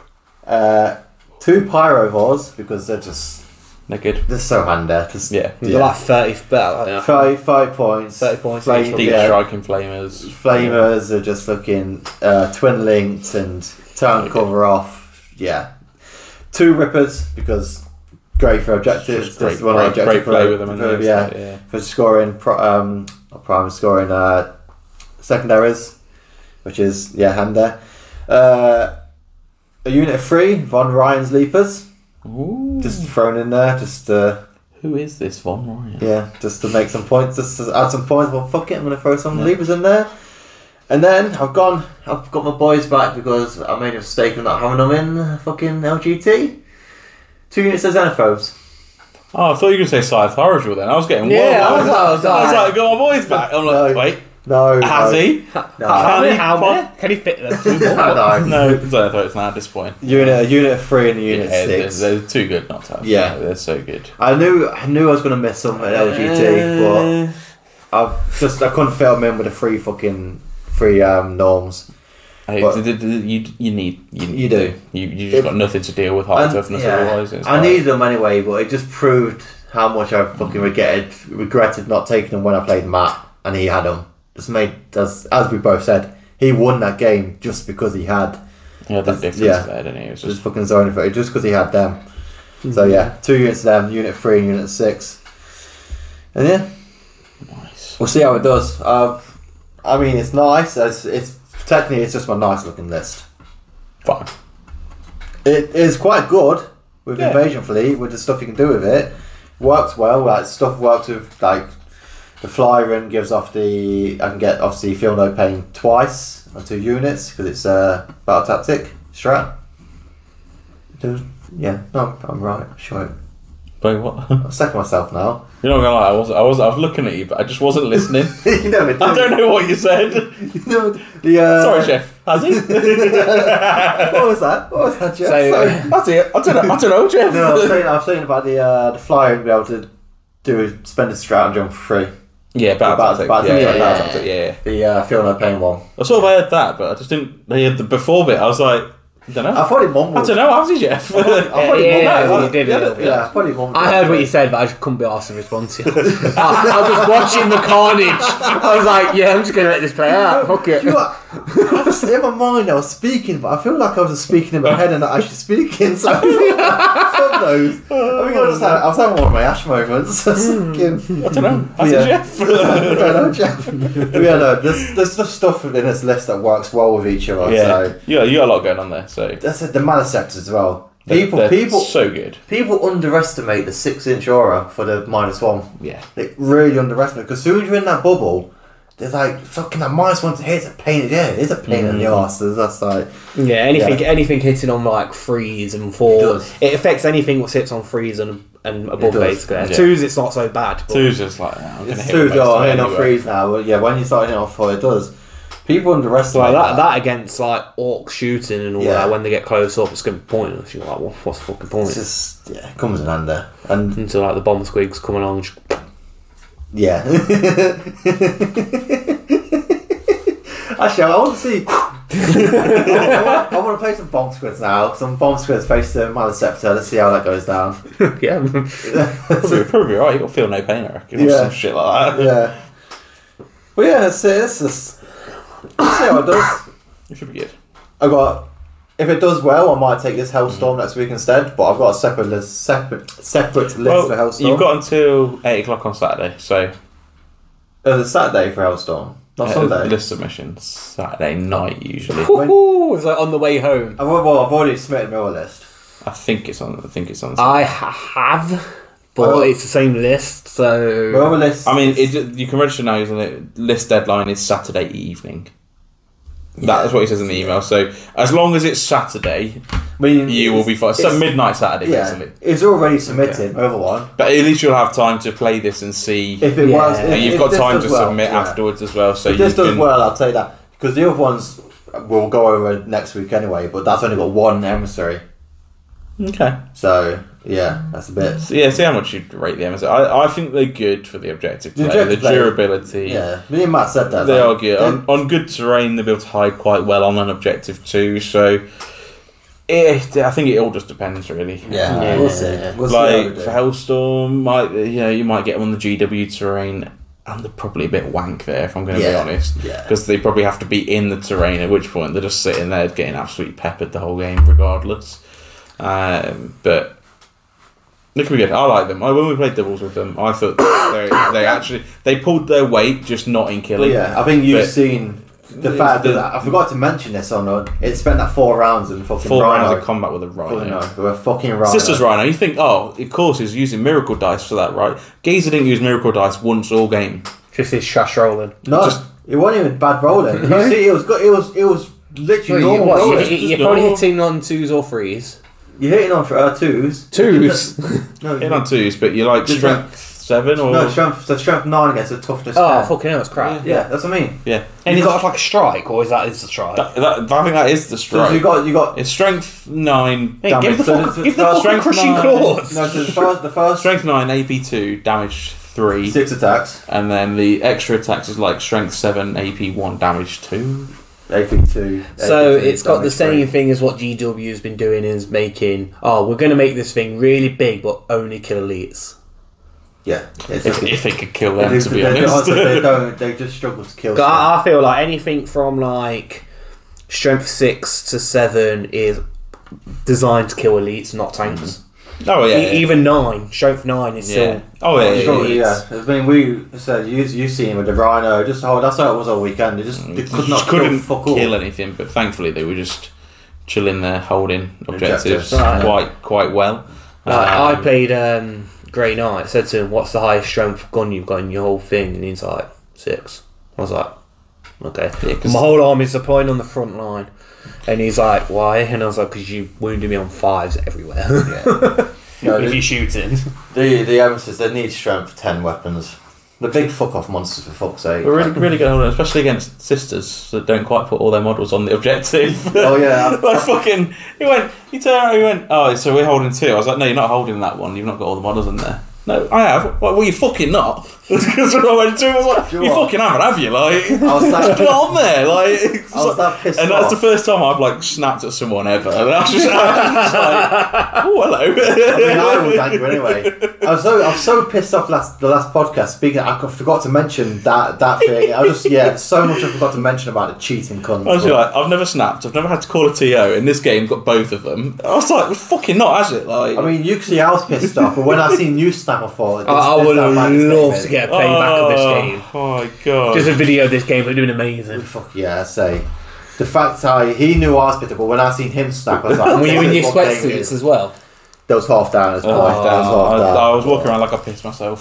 A: uh, two pyrovores because they're just
C: They're good.
A: they're so handy. Just,
C: Yeah.
E: They're like 30 better. Yeah.
A: Five, five points.
E: 30 points
A: Flame-
E: each one.
C: Deep
A: yeah,
C: striking flamers.
A: Flamers are just fucking uh, twin linked and turn cover off. Yeah. Two Rippers because great for objectives.
C: Just
A: That's
C: great,
A: the one I
C: great,
A: objective
C: great
A: for-
C: play with them. and
A: for-
C: those,
A: yeah,
C: like, yeah.
A: For scoring, pro- um, not prime scoring uh, secondaries, which is, yeah, handy. Uh, a unit of three, Von Ryan's Leapers.
C: Ooh.
A: Just thrown in there, just uh,
C: Who is this Von Ryan?
A: yeah, just to make some points, just to add some points. Well, fuck it, I'm gonna throw some levers in there. And then I've gone, I've got my boys back because I made a mistake of not having them in fucking LGT. Two units of xenophobes.
C: Oh, I thought you were going to say Scythe Horrigal then. I was getting
E: Yeah,
C: wild.
E: I was- I was
C: I Oh, was
E: like-
C: like, got my boys back. I'm like,
A: No.
C: wait,
A: No,
C: has
A: no,
C: he?
A: No,
C: many-
E: How many? Can he fit them? Two more?
A: no, no.
C: No, so I thought it's not disappointing.
A: Unit, a unit of three and a unit of
C: Yeah, they're,
A: 6
C: they're too good not to have.
A: Yeah.
C: they're so good.
A: I knew, I knew I was gonna miss some at
C: Uh,
A: LGT, but I just, I couldn't fit them in with the three fucking, three um, norms.
C: Hey,
A: But-
C: d- d- d- you you need you,
A: You do.
C: you you just
A: If-
C: got nothing to deal with hard
A: And-
C: toughness
A: yeah.
C: otherwise. It's
A: I
C: like-
A: needed them anyway, but it just proved how much I fucking regretted regretted not taking them when I played Matt, and he had them. Just made as as we both said, he won that game just because he had
C: Yeah, there's a
A: That's-
C: difference
A: yeah.
C: there, don't you? It's
A: Just
C: just
A: fucking zoning for it, just because he had them. So yeah, two units them, unit three and unit six. And yeah,
C: nice.
A: we'll see how it does. Uh, I mean, it's nice. It's, it's technically it's just my nice looking list.
C: Fine.
A: It is quite good with
C: Yeah.
A: Invasion Fleet with the stuff you can do with it. Works well. Like stuff works with like the fly run gives off the I can get obviously feel no pain twice on two units because it's a battle tactic strat. Do- Yeah, no, I'm right. Sure,
C: But what?
A: I'm second myself now.
C: You're not gonna lie. I was, I was, I was looking at you, but I just wasn't listening.
A: you never do.
C: I don't know what you said.
A: You never do. the, uh,
C: Sorry, Jeff. Has he?
A: What was that? What was that, Jeff?
C: So,
A: Sorry.
C: that's it. I don't know. I don't know, Jeff.
A: No, I was saying, I was saying about the uh, the flyer and be able to do a, spend a strat and jump for free.
C: yeah, battle
A: Battle-
C: tactic.
A: battle
C: yeah, yeah,
A: tactic,
C: battle
A: yeah.
C: tactic, yeah, yeah.
A: The uh, feel no pain one.
C: I sort of heard that, but I just didn't hear the before bit. I was like, I don't know.
A: I
C: I,
A: thought it mumbled.
C: don't know. How's he, Jeff?
A: I
E: Yeah,
A: thought it
E: yeah,
A: mumbled.
E: you did a little bit.
A: Yeah, I thought it mumbled.
E: I heard what you said, but I just couldn't be asked to respond to you. I, I was just watching the carnage. I was like, yeah, I'm just going to let this play out. Fuck it.
A: You know what? I was in my mind. I was speaking, but I feel like I was just speaking in my head and not actually speaking. So fuck those.
E: Oh,
A: I think I was just having, I was having one of my ash moments.
E: Hmm.
A: Fucking-
C: I don't know. How's
A: Yeah.
C: he, Jeff?
A: I don't know, Jeff. yeah, no, there's there's just stuff in this list that works well with each other.
C: yeah,
A: So
C: you got, you got a lot going on there. So
A: that's it. The mana sectors as well.
C: They're-
A: People,
C: they're
A: people,
C: so good.
A: people underestimate the six-inch aura for the minus one.
C: Yeah,
A: They really underestimate because soon as you're in that bubble, they're like fucking that minus one to hit is a pain. Yeah, it is a pain in the
C: Mm.
A: arse. That's like
E: Yeah, anything
A: Yeah.
E: anything hitting on like threes and
A: It
E: fours,
A: does.
E: it, affects anything that sits on threes and and above
A: It does.
E: basically.
C: Yeah.
E: Twos, it's not so bad. But
C: two's just like nah, I'm gonna
A: it's
C: hit
A: two
C: most of
A: door
C: it
A: hitting off
C: anyway.
A: threes now. Well, yeah, when you start hitting off four, it does. People
E: like
A: underestimate
E: that,
A: that.
E: that against like orc shooting and all
A: Yeah.
E: that, when they get close up, it's going to be pointless. You're like, well, what's the fucking point?
A: It's just yeah, it comes in under and
E: Until like the bomb squigs come along, just
A: yeah. Actually, I want to see. I, want, I want to play some bomb squids now. Some bomb squids face the Maliceptor. Let's see how that goes down.
E: yeah.
C: Probably, probably right. You got feel no pain, I reckon, or
A: Yeah.
C: some shit like that.
A: yeah. But yeah, that's it. It's just, let's see how it does.
C: It should be good.
A: I got. If it does well, I might take this Hellstorm next week instead. But I've got a separate list, separate separate list for
C: Well,
A: Hellstorm.
C: you've got until eight o'clock on Saturday, so
A: Oh, it's Saturday for Hellstorm, not
C: uh,
A: Sunday.
C: list submissions Saturday night usually.
E: Woohoo! It's like on the way home.
A: I've, well, I've already submitted my list.
C: I think it's on. I think it's
A: Ah.
C: on.
E: I ha- have, but
A: Oh.
E: it's the same list, so
A: My other list.
C: I mean, it, you can register now, isn't it? List deadline is Saturday evening. That is what he says in the email. So as long as it's Saturday,
A: I mean,
C: you will be fine. So
A: it's-
C: midnight Saturday,
A: Yeah,
C: basically.
A: it's already submitted. My other one.
C: But at least you'll have time to play this and see.
A: If it
E: Yeah.
A: works, if,
E: And
C: and you've
A: if
C: got
A: this
C: time
A: does
C: to
A: well,
C: submit
A: yeah.
C: afterwards as well. So
A: If this
C: you
A: does
C: can,
A: well, I'll take that because the other ones will go over next week anyway. But that's only got one emissary,
C: Okay.
A: so yeah, that's a bit.
C: So yeah, see how much you'd rate the MSI. I, I think they're good for the objective
A: The
C: play, the,
A: objective play-
C: durability.
A: Yeah, me and Matt said that.
C: They are
A: like,
C: good. On, on good terrain, they're able to hide quite well on an objective too. So, it, I think it all just depends, really.
A: Yeah,
E: Yeah.
A: we'll see. We'll see how
C: like
A: we do.
C: for Hellstorm, might you know you might get them on the GW terrain, and they're probably a bit wank there if I'm going to
A: Yeah,
C: be honest,
A: yeah.
C: because they probably have to be in the terrain. At which point they're just sitting there getting absolutely peppered the whole game, regardless. Um, but they could be good. I like them. I, when we played doubles with them, I thought they, they actually they pulled their weight, just not in
A: But
C: killing.
A: yeah, I think you've
C: But-
A: seen the
C: It's
A: fact
C: the-
A: that I forgot to mention this on. uh, It spent that four rounds in fucking
C: Four
A: Rhino.
C: rounds of combat with a
A: Fucking
C: rhino.
A: no, we were fucking Rhino.
C: Sisters Rhino, you think, oh, of course he's using miracle dice for that, right? Gazer didn't use miracle dice once all game.
E: just his shash rolling.
A: No,
C: just-
A: it wasn't even bad rolling. You see, it was good. It was it was literally normal
E: What,
A: rolling.
E: you,
C: just
E: you're
C: go-
E: probably hitting on twos or threes.
A: You're hitting on for uh, twos.
E: Twos.
A: No,
C: Hit on twos, but you're like
A: Did
C: strength seven or
A: no strength. So strength nine against a toughness.
E: oh
A: 10.
E: fucking hell, it's crap.
A: Yeah, that's what I mean.
C: yeah.
E: And
A: You
E: he's
A: got-
E: got like a strike, or is that is the strike?
C: That, that, I think that is the
A: So you
C: strike.
A: got you got
C: It's strength nine.
E: Hey,
C: damage.
E: give the
A: so
E: fuck,
A: it's-
E: give the
A: it's-
E: fucking
C: strength
E: crushing
C: nine.
E: claws.
A: no. So the first the first
C: strength nine, AP two, damage three,
A: six attacks,
C: and then the extra attacks is like strength seven, AP one, damage two.
A: AP two.
E: So
A: AP,
E: it's got the
A: damage
E: same
A: three.
E: thing as what GW has been doing is making. Oh, we're going to make this thing really big, but only kill elites.
A: Yeah, it's
C: If,
A: just-
C: if it could kill them,
A: they,
C: to be
A: they- honestly,
C: honest.
A: they don't. They just struggle to kill.
E: I, I feel like anything from like strength six to seven is designed to kill elites, not tanks.
C: Oh yeah,
E: E-
C: yeah.
E: Even nine, strength nine is
C: yeah.
E: still.
C: Oh yeah, yeah,
A: Sure,
C: yeah.
A: yeah. I mean, we said you you see him with the rhino. Just how that's how it was all weekend. They just they
C: You
A: could
C: just
A: not
C: couldn't
A: kill fuck all.
C: kill anything, but thankfully they were just chilling there, holding
A: Objectives,
C: objectives
A: right.
C: quite quite well.
E: Like,
C: Um,
E: I played um, Grey Knight. I said to him, "What's the highest strength gun you've got in your whole thing?" And he's like, six. I was like, "Okay."
C: 'cause-
E: My whole army's deploying on the front line, and he's like, "Why?" And I was like, "Because you wounded me on fives everywhere."
A: No,
B: if
A: the,
B: you shoot it.
A: the the emphasis they need strength ten weapons. The big fuck off monsters for fuck's sake.
C: We're really, really good hold on, especially against sisters that don't quite put all their models on the objective.
A: Oh, yeah.
C: like fucking. He went. He turned around. He went. Oh, so we're holding two. I was like, no, you're not holding that one. You've not got all the models in there. No, I have. Well, well you fucking not. Because when I went to him, I was like,
A: Do
C: you,
A: you what?
C: fucking haven't, have you? Like,
A: I was that,
C: put it on there. Like, it's
A: I was
C: like-
A: that pissed
C: and
A: off.
C: that's the first time I've like snapped at someone ever. And I was just, I was just like, oh hello.
A: I mean, I was angry anyway. I was so I was so pissed off last the last podcast. Speaking, I co- forgot to mention that that thing. I was just yeah, so much I forgot to mention about the cheating cunt.
C: I was like, I've never snapped. I've never had to call a TO. In this game, got both of them. I was like, well, fucking not, has it? Like,
A: I mean, you can see I was pissed off, but when I seen you snap, I thought,
E: I, I
A: this- this
E: would
A: how
E: have
A: bad this game
E: loved
A: is.
E: to get a playback of this game.
C: Oh my god!
E: Just a video of this game would have been amazing.
A: Fuck yeah, I say. The fact I he knew I was bitter, but when I seen him snap, I was like,
E: Were you
A: "This
E: in
A: is
E: your
A: what
E: sweat
A: they do."
E: suits as well?
A: There was half down as
C: Oh,
A: well. There
C: I,
A: was
C: I
A: half
C: was walking around like I pissed myself.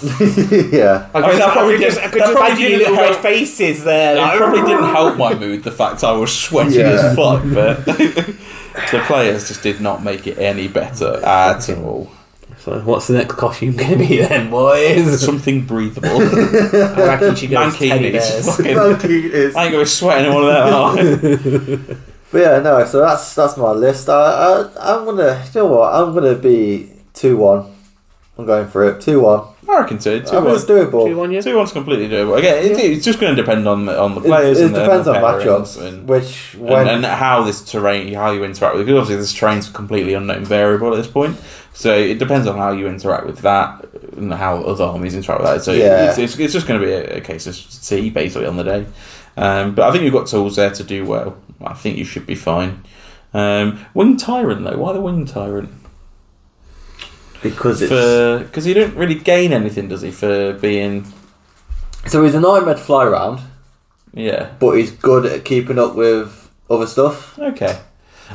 A: down.
C: it
A: yeah.
E: I
C: mean,
E: could-
C: that
E: I
C: probably
E: could
C: did-
E: just, I could
C: that
E: just
C: probably
E: imagine your
C: didn't
E: little red
C: help.
E: faces there. like,
C: probably didn't help my mood. The fact I was sweating
A: Yeah.
C: as fuck, but the players just did not make it any better at all.
E: So what's the next costume going to be then, boys?
C: Something breathable.
E: Arakichi goes teddy
C: Mankinis.
E: bears.
C: Fucking-
A: Low key it is.
C: I ain't gonna be sweating one of them. Are I?
A: But yeah, no. So that's that's my list. I, I I'm gonna. You know what? I'm gonna be two one. I'm going for it. Two one.
C: I reckon so. Two
A: I think it's
C: one.
A: doable.
E: Two, one, yeah?
C: Two one's completely doable. Again, it, it's just going to depend on the, on the
A: It,
C: players.
A: it
C: and the-
A: depends
C: the
A: on
C: pairings
A: matchups,
C: and-
A: which when
C: and, and how this terrain, how you interact with it. Because obviously, this terrain's a completely unknown variable at this point. So it depends on how you interact with that and how other armies interact with that. So
A: Yeah.
C: it's, it's, it's just going to be a, a case of see basically on the day. Um, but I think you've got tools there to do well. I think you should be fine. Um, winged tyrant though, why the winged tyrant?
A: because it's
C: Because he don't really gain anything, does he? For being
A: so he's a nine med fly round,
C: yeah
A: but he's good at keeping up with other stuff.
C: okay.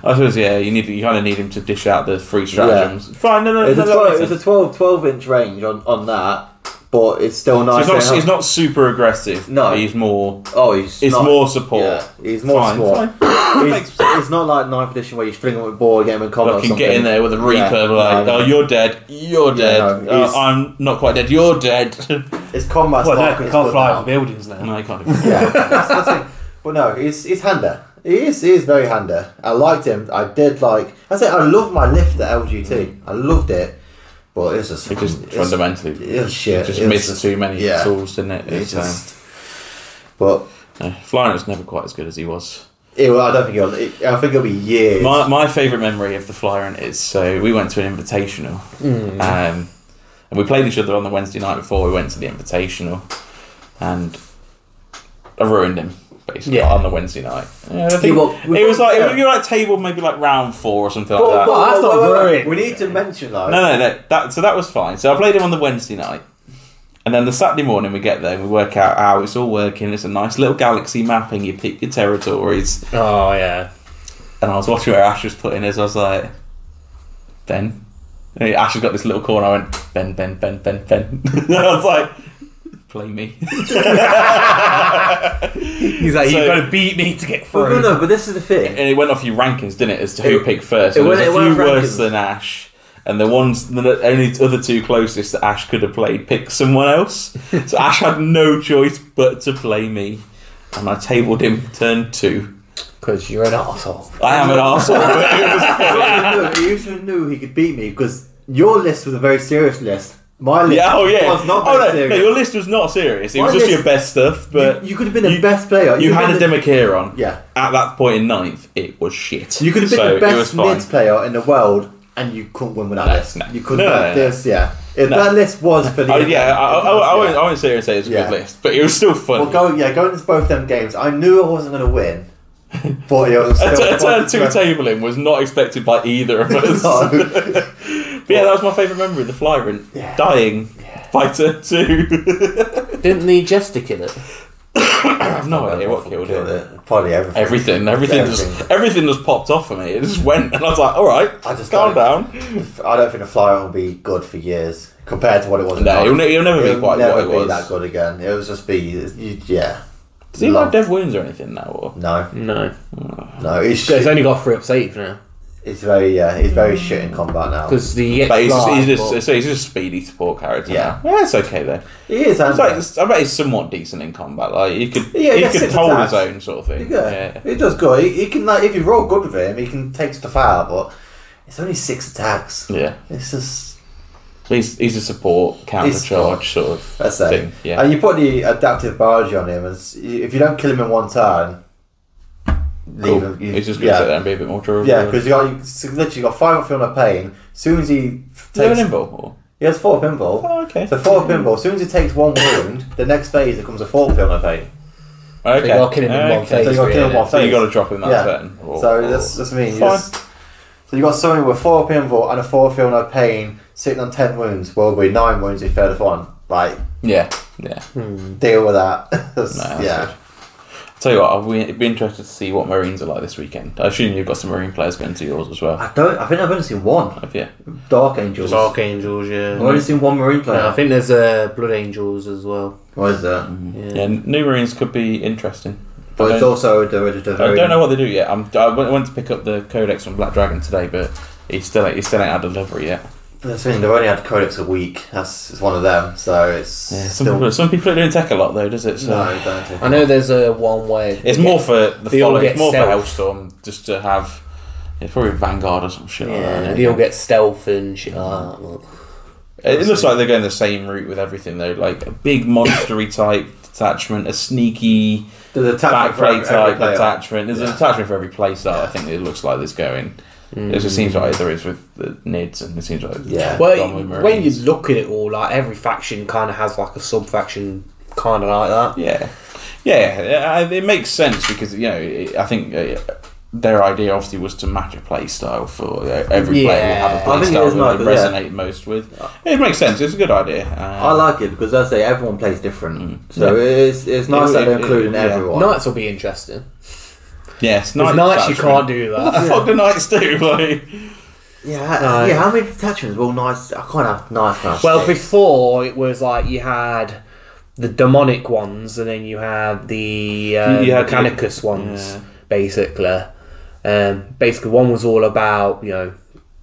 C: I suppose yeah, you need you kind of need him to dish out the free stratagems. Fine, no, no,
A: It's
C: no,
A: a,
C: that makes
A: 12,
C: sense.
A: it's a 12, 12 inch range on, on that, but it's still
C: So
A: nice.
C: he's, not,
A: and-
C: he's not super aggressive.
A: No.
C: he's more.
A: oh, he's
C: It's
A: not-
C: more support.
A: Yeah, he's more
C: fine,
A: small.
C: fine.
A: He's, it's not like ninth edition where you string him with a ball, get him in combat.
C: I
A: or
C: can get in there with a reaper,
A: Yeah,
C: like,
A: no, no.
C: oh, you're dead, you're dead,
A: no,
C: oh,
A: he's-
C: I'm not quite dead, you're dead.
A: something. It's combat
B: Well,
A: stock,
B: no, you
A: it's
B: can't
A: good
B: fly
A: now.
B: over buildings now.
C: no, I can't. do-
A: Yeah, that's, that's it. But no, he's he's hander. He is, he is very hander. I liked him. I did like. I say I love my lift at LGT. I loved it, but it's just
C: It just
A: it's-
C: fundamentally
A: it was shit.
C: just
A: It was
C: missed too many
A: yeah.
C: tools, didn't it?
A: It's
C: It's, uh, um,
A: just. But
C: no, Florian was never quite as good as he was.
A: it, well, I don't think it'll. It, I think it'll be years.
C: My, my favourite memory of the Flyer is so we went to an invitational,
E: Mm.
C: um, and we played each other on the Wednesday night before we went to the invitational, and I ruined him basically
E: Yeah.
C: on the Wednesday night. Yeah, I think
E: Yeah, well, we-
C: it was like it was like table maybe like round four or something like
A: But-
C: that.
A: but-
E: that's not
A: wait, wait, wait.
E: worrying.
A: We need to mention like
C: No, no, no. That so that was fine. So I played him on the Wednesday night, and then the Saturday morning we get there and we work out how it's all working. It's a nice little galaxy mapping. You pick your territories,
E: Oh yeah.
C: and I was watching where Ash was putting his. I was like, Ben. And Ash has got this little corner. I went, Ben, Ben, Ben, Ben, Ben. and I was like, play me.
E: He's like,
C: So-
E: you've got to beat me to get
A: But no,
E: through.
A: no, but this is the thing.
C: and it went off your rankings, didn't it, as to who
A: It-
C: picked first?
A: it
C: It was
A: went-
C: a
A: it went
C: few
A: off
C: worse
A: rankings.
C: than Ash, and the ones the only other two closest that Ash could have played picked someone else. so Ash had no choice but to play me, and I tabled him turn two.
E: Because you're an asshole.
C: I am an arsehole, but it was
A: I knew, he usually knew he could beat me because your list was a very serious list. My list
C: yeah, oh yeah.
A: was not
C: oh,
A: very
C: no,
A: serious.
C: no, your list was not serious. It
A: My
C: was just
A: list-
C: your best stuff, but
A: you, you could have been the best player.
C: you,
A: could
C: had
A: have
C: a
A: been the-
C: Demokir on.
A: Yeah.
C: At that point in ninth, it was shit.
A: You could have been
C: So
A: the
C: it was
A: best
C: fine.
A: mid player in the world, and you couldn't win without
C: No,
A: this.
C: no.
A: You couldn't.
C: No,
A: have
C: no, no.
A: this, yeah. If
C: No.
A: that list was for the.
C: Oh, yeah, I, I, I, I,
A: Yeah.
C: won't- I won't seriously say it's a
A: Yeah.
C: good list, but it was still fun.
A: Well, go yeah, going into both them games, I knew I wasn't going to win, But it was
C: A,
A: still
C: t- a turn
A: quite
C: two
A: expressive.
C: tabling was not expected by either of us.
A: No.
C: but yeah, that was my favourite memory the fly run.
A: Yeah.
C: Dying by turn two.
F: Didn't the jester kill it?
C: I have no idea what killed
A: Killed
C: it.
A: it. Probably everything.
C: Everything, everything, just
A: Everything.
C: everything just popped off for me. It just went, and I was like, "All right,
A: I just
C: calm
A: don't-
C: down."
A: I don't think the flyer will be good for years compared to what it was.
C: No,
A: now.
C: he'll, ne- he'll never
A: It'll
C: be quite
A: never
C: what it
A: be
C: was.
A: that good again. It'll just be, you, yeah.
C: Does he like Dev Wounds or anything now? Or
A: No,
E: No,
A: no. He's,
E: he's only got three up save now
A: he's very, yeah, he's
C: Mm.
A: very shit in combat now.
E: because the
C: but he's just, he's just
E: but-
C: so he's just a speedy support character.
A: Yeah.
C: now. yeah, it's okay though.
A: He is,
C: It's
A: and
C: like, it's- I bet he's somewhat decent in combat. Like he could,
A: Yeah,
C: he
A: yeah,
C: could
A: six
C: hold
A: attacks.
C: his own sort of thing.
A: yeah,
C: yeah.
A: he does good. He, he can, like, if you roll good with him, he can take stuff out. But it's only six attacks.
C: yeah.
A: It's just
C: He's he's a support counter
A: He's support.
C: charge sort of
A: that's it.
C: thing. Yeah,
A: And you put the adaptive barge on him, and s- if you don't kill him in one turn,
C: cool.
A: leave him. you-
C: he's just gonna
A: yeah.
C: sit there and be a bit more durable.
A: Yeah, because you got you s- literally got five up on the pain. As soon as he
C: Is there an
A: takes,
C: invul? Or?
A: he has four pinball.
C: Oh, okay.
A: So four pinball. As soon as he takes one wound, the next phase becomes a four pill on pain.
C: okay.
F: They got killing him in one
C: okay.
F: phase.
A: So you got to kill
F: really.
A: him off
C: So you
A: phase.
C: got to drop him that
A: Yeah.
C: turn. Oh, or-
A: So
C: or-
A: that's that's what I mean. You
C: Fine.
A: just- so you got someone with four pinball and a four pill on pain, sitting on ten wounds. Well, we nine wounds if third of one. Like
C: yeah, yeah.
F: Hmm.
A: deal with that.
C: No, that's
A: yeah.
C: good. Tell you what, I'll be, it'd be interested to see what Marines are like this weekend. I assume you've got some Marine players going to yours as
F: Ah,
C: well.
A: I don't. I think I've only seen one
C: Have you?
A: Dark Angels.
F: Dark Angels, yeah.
A: I've only seen one Marine player.
F: No, I think there's uh, Blood Angels as well.
A: What is that?
F: Yeah.
C: Yeah, new Marines could be interesting.
A: But it's
C: I don't-
A: also the, the, the
C: I
A: very-
C: don't know what they do yet. I'm, I went went to pick up the codex from Black Dragon today, but he still ain't, he still ain't had delivery yet.
A: The thing they've only had codex a week. That's it's one of them. So it's
C: Yeah, some,
A: still
C: people, some people are uh, doing tech a lot though, does it? So
A: no. Don't do
F: I know there's a one way.
C: it's more for the
F: They all
C: follow,
F: get
C: it's more for
F: stealth.
C: Hellstorm just to have. It's probably Vanguard or some shit. like
F: Yeah,
C: that.
F: they all get stealth and shit like that. Look.
C: It, it looks like they're going the same route with everything though, like a big monstery type detachment, a sneaky
A: There's a tactic for
C: backplay
A: every- every
C: type
A: player.
C: attachment. There's an
A: Yeah.
C: attachment for every playstyle. I think it looks like this going. It just seems like there is with the Nids, and it seems like
A: Yeah.
C: gone
E: Well,
C: with Marines.
E: when you look at it all, like every faction kind of has like a sub faction, kind of like that.
C: Yeah, yeah, uh, it makes sense because you know it, I think uh, their idea obviously was to match a play style for uh, every player
E: Yeah.
A: I
C: will have a play
A: think it
C: style
A: is
C: that they
A: like that,
C: resonate most with. It makes sense. It's a good idea. Uh,
A: I like it because as I say everyone plays different,
C: Mm.
A: so it's it's nice
C: It-
A: that they're
C: it-
A: including
C: yeah.
A: everyone.
E: Knights will be interesting.
C: yes,
E: With
C: knights
E: knights, you can't
C: attachment.
E: do
C: What
E: that.
C: the fuck do knights do? Like,
A: yeah,
E: No.
A: yeah. How many detachments? Well, nice. I can't have nice class.
E: Well, before it was like you had the demonic ones, and then you had the um,
C: You had the-
E: Mechanicus ones,
C: Yeah.
E: basically. Um, basically, one was all about you know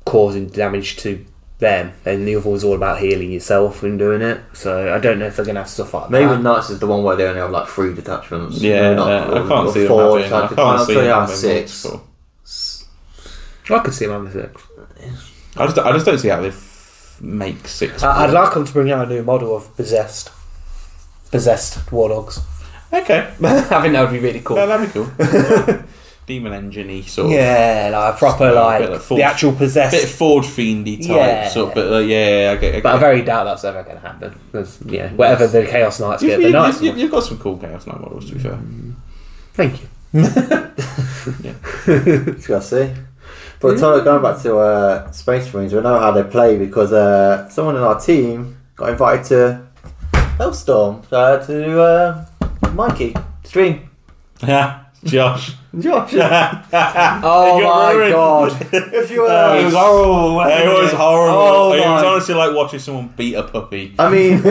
E: causing damage to them, and the other was all about healing yourself and doing it. So I don't know if they're gonna have stuff like
A: maybe
E: that.
A: knights is the one where they only have like three detachments.
C: Uh, yeah,
A: Not-
C: uh, I
A: or-
C: can't
A: or
C: see
A: four
C: them having. I
A: detachments.
C: can't
A: I'd
C: see
A: say
C: them
A: I have
C: having
A: six.
C: multiple.
E: I could see them having six.
C: I just, I just don't see how they f- make six.
E: I- I'd like them to bring out a new model of possessed, possessed war dogs.
C: okay,
E: I think that would be really cool.
C: yeah, that'd be cool. Demon engine sort of.
E: Yeah, like a proper
C: Just a
E: like
C: bit of full-
E: the actual
C: A bit
E: possessed.
C: Ford fiendy type,
E: Yeah.
C: sort of, but uh, yeah, I get, I
E: But I
C: get-
E: very doubt that's ever going to happen. 'Cause, yeah, whatever the Chaos Knights
C: You've,
E: get, the
C: you've-
E: Knights.
C: you've- you've got some cool Chaos Knight models, to be fair.
E: Thank you.
A: It's got to see. But Tyler, going back to uh, Space Marines, we know how they play because uh, someone in our team got invited to Hellstorm uh, to uh, Mikey stream.
C: Yeah, Josh.
A: Josh,
E: Oh
C: You're
E: my
C: ruined.
E: god!
A: if you
C: it was
A: uh,
C: horrible. It was horrible.
A: Oh
C: it was
A: my-
C: honestly like watching someone beat a puppy.
A: I mean,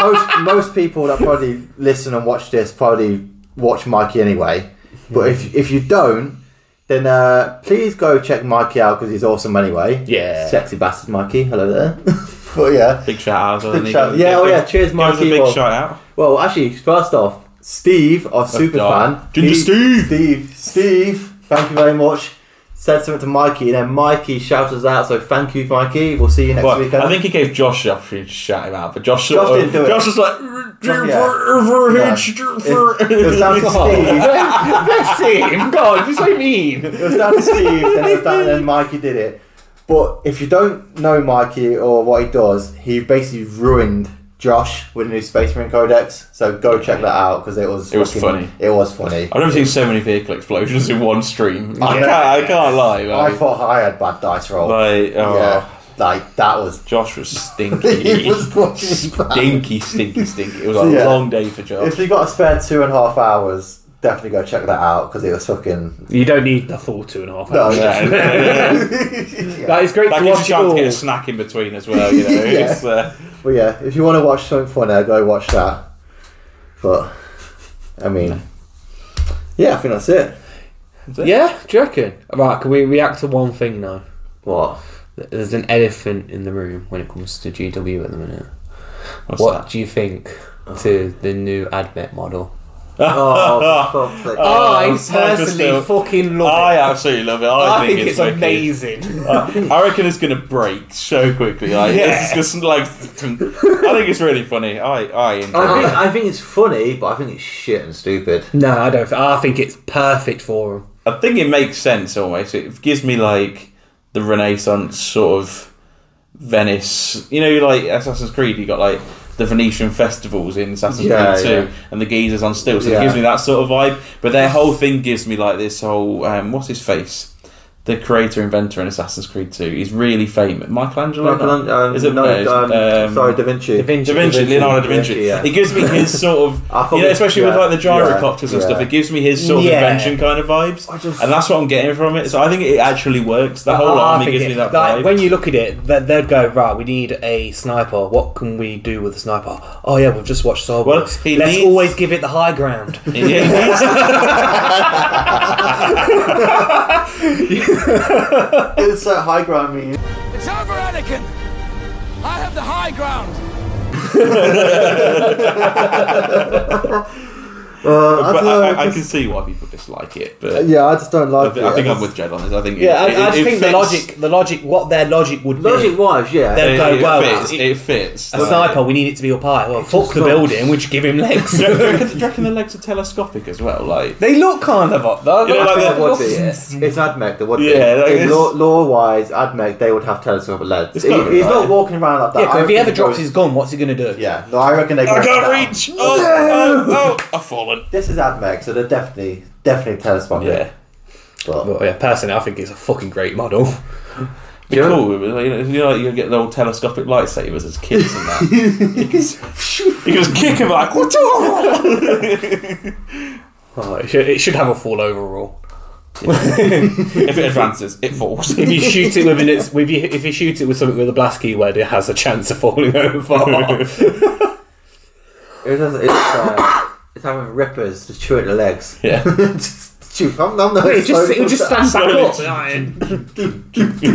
A: most most people that probably listen and watch this probably watch Mikey anyway. But if if you don't, then uh, please go check Mikey out because he's awesome anyway.
E: Yeah.
A: sexy bastard, Mikey. Hello there. but yeah.
C: Big shout out.
A: Big shout- yeah, oh yeah, cheers,
C: That was a
A: Mikey,
C: big
A: well-
C: shout out.
A: Well, actually, first off, Steve, our super
C: God.
A: fan,
C: Ginger Steve.
A: Steve, Steve, thank you very much. Said something to Mikey, and then Mikey shouted us out. So thank you, Mikey. We'll see you next
C: Well,
A: weekend.
C: I think he gave Josh the opportunity to shout him out, but Josh,
A: Josh
C: sort
A: didn't do
C: of,
A: it.
C: Josh was like,
A: Josh- yeah.
C: for-
A: it was down to Steve.
E: Bless him! God, you're so mean.
A: It was down to Steve. Then it was down, and then Mikey did it. But if you don't know Mikey or what he does, he basically ruined Josh with the new Space Marine Codex. So go check that out because it was
C: It was
A: fucking-
C: funny.
A: It was funny.
C: I've never seen so many vehicle explosions in one stream. I,
A: Yeah.
C: can't, I can't lie.
A: I
C: Like,
A: thought I had bad dice roll.
C: like, oh,
A: yeah, like that was.
C: Josh was
A: It
C: stinky.
A: was fucking bad.
C: stinky, stinky, stinky. It was a
A: Yeah.
C: long day for Josh.
A: If you got a spare two and a half hours, definitely go check that out because it was fucking.
E: You don't need the full two and a half
A: No,
E: hours.
A: yeah. Yeah.
E: That is great
C: That
E: to
C: gives you a
E: watch it
C: chance to get a
E: all.
C: snack in between as well, you know. It's, uh,
A: But yeah, if you want to watch something funny, go watch that. But I mean, yeah, I think that's it.
E: Yeah, do you reckon? Right, can we react to one thing now?
A: What?
E: There's an elephant in the room when it comes to GW at the minute.
C: what's
E: what
C: that? Oh.
E: do you think to the new admit model?
A: Oh, for fuck's sake.
E: I
C: it's Michael Um, Still.
E: fucking
C: I absolutely love it. I, think, it's, wicked.
E: amazing.
C: I I reckon it's gonna break so quickly. Like it's just like I think it's really funny. I I enjoy
A: I
C: it.
A: think, I think it's funny, but I think it's shit and stupid.
E: no, I don't. I think it's perfect for him.
C: I think it makes sense almost. It gives me like the Renaissance sort of Venice. You know, like Assassin's Creed, you got like the Venetian festivals in Assassin's
A: Yeah,
C: Creed Two,
A: yeah.
C: and the geezers on stilts. So
A: Yeah.
C: it gives me that sort of vibe. But their whole thing gives me like this whole um, what's his face. The creator inventor in Assassin's Creed 2. He's really famous. Michelangelo? no?
A: um,
C: Is it- no, it's, um,
A: sorry, Da Vinci.
E: Da Vinci.
C: Da Vinci, Leonardo da Vinci.
A: yeah.
C: It gives me his sort of,
A: I thought
C: you know,
A: it-
C: especially
A: yeah,
C: with like the gyrocopters
A: yeah,
C: and stuff.
A: yeah.
C: It gives me his sort of
E: Yeah.
C: invention kind of vibes,
A: I just-
C: and that's what I'm getting from it. So I think it actually works. The whole
E: I
C: army
E: think
C: gives
E: it-
C: me that
E: like,
C: vibe.
E: When you look at it, they- they'd go right. We need a sniper. What can we do with a sniper? Oh yeah, we've just watched Star
C: Well,
E: Wars.
C: he
E: Let's
C: needs-
E: always give it the high ground.
C: Yeah.
A: It's so high ground, mean.
G: It's over, Anakin! I have the high ground!
A: Uh, I
C: but
A: don't
C: I,
A: know,
C: I, I
A: just-
C: can see why people dislike it. But
A: yeah, I just don't
C: I,
A: like
C: thi-
A: it.
C: I think I'm with Jed on this. I think
E: Yeah, I, I
C: it, it-
E: just
C: it
E: think
C: fits-
E: the logic, the logic, what their logic would
A: Logic
E: be.
A: wise,
E: Then-
A: yeah.
C: It,
E: go
C: it
E: well.
C: fits. It, fits.
E: A sniper, we need it to be up high. Well, fuck the
A: not-
E: building. We just give him legs.
C: Do you reckon- do you reckon the legs are telescopic as well? Like
E: they look kind of up though.
C: You know, like
A: That
C: that
A: would be it. It's Admech that would be
C: Yeah, like
A: it.
C: it's-
A: Law wise, Admech, they would have telescope legs.
C: It's
A: He-
C: gotta be
A: he's
C: right.
A: not walking around like that.
E: Yeah, 'cause
A: I
E: if he
A: reckon
E: ever drops
A: goes-
E: his gun, what's he gonna do?
A: Yeah, no, I reckon they
C: I
A: go down.
C: can't reach. Oh, oh, oh, I've fallen.
A: This is Admech, so they're definitely, definitely telescopic.
C: Yeah,
A: But,
E: But yeah, personally, I think it's a fucking great model.
C: be cool. You know, you know, you get the old telescopic lightsabers as kids and that. you can just kick him like what?
E: Oh, it, should, it should have a fall over rule.
C: if it advances, it falls.
E: If you shoot it with an, it's, with you, if you shoot it with something with a blast keyword, it has a chance of falling over.
A: It doesn't. It's, uh, it's having rippers to chew at the legs.
C: Yeah.
A: just chew. I'm, I'm not
E: it just, it would just stand back
C: Slowly.
E: up. like,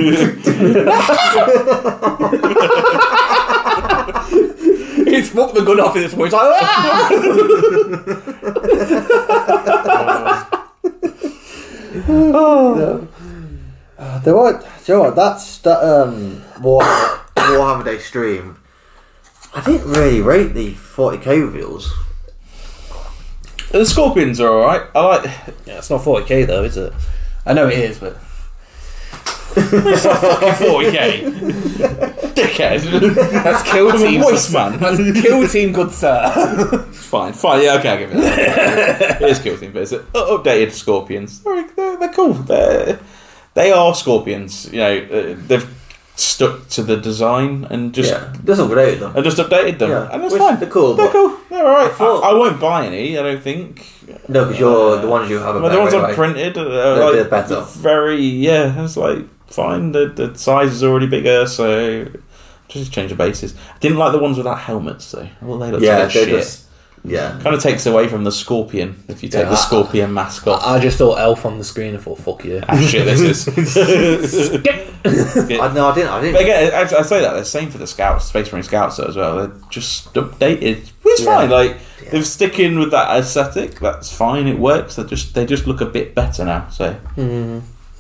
E: It's fucked the gun off in this point. It's like, "Ah!"
A: There were, do you know what? That's that um War Warhammer Day stream. I didn't really rate the 40k reveals.
C: the scorpions are all right. I like.
E: Yeah, it's not 40k though, is it? I know it is, but
C: It's not fucking forty k. Dickhead.
E: that's kill
C: I'm a
E: team.
C: waste man.
E: kill team, good sir.
C: Fine, fine. Yeah, okay, I'll give it. That. it is cool thing, but it's uh, updated scorpions. They're, they're, they're cool. They're, they are scorpions. You know, uh, they've stuck to the design and just
A: Yeah, doesn't rate them.
C: I just updated them,
A: Yeah,
C: and that's
A: which-
C: fine.
A: they're cool,
C: They're
A: but-
C: cool. They're all right. I,
A: thought-
C: I won't buy any. I don't think.
A: No, because you're the ones you have. are
C: Well, the
A: better
C: ones I've
A: anyway.
C: printed are
A: They're a
C: like,
A: bit better.
C: very yeah. It's like fine. The the size is already bigger, so just change the bases. I didn't like the ones without helmets though. Well, they looked
A: Yeah,
C: like
A: they're
C: shit.
A: just yeah.
C: Kind of takes away from the scorpion if you take
E: Yeah, Ah,
C: the
E: I-
C: scorpion mask off.
E: I just saw elf on the screen and thought, fuck you.
C: Ah, shit, this is.
A: I, no, I didn't. I
C: But
A: didn't.
C: again, I, I say that the same for the scouts, Space Marine scouts as well. They're just updated. Well, It's
A: Yeah.
C: fine. Like
A: Yeah.
C: they're sticking with that aesthetic. That's fine. It works. They just they just look a bit better now. So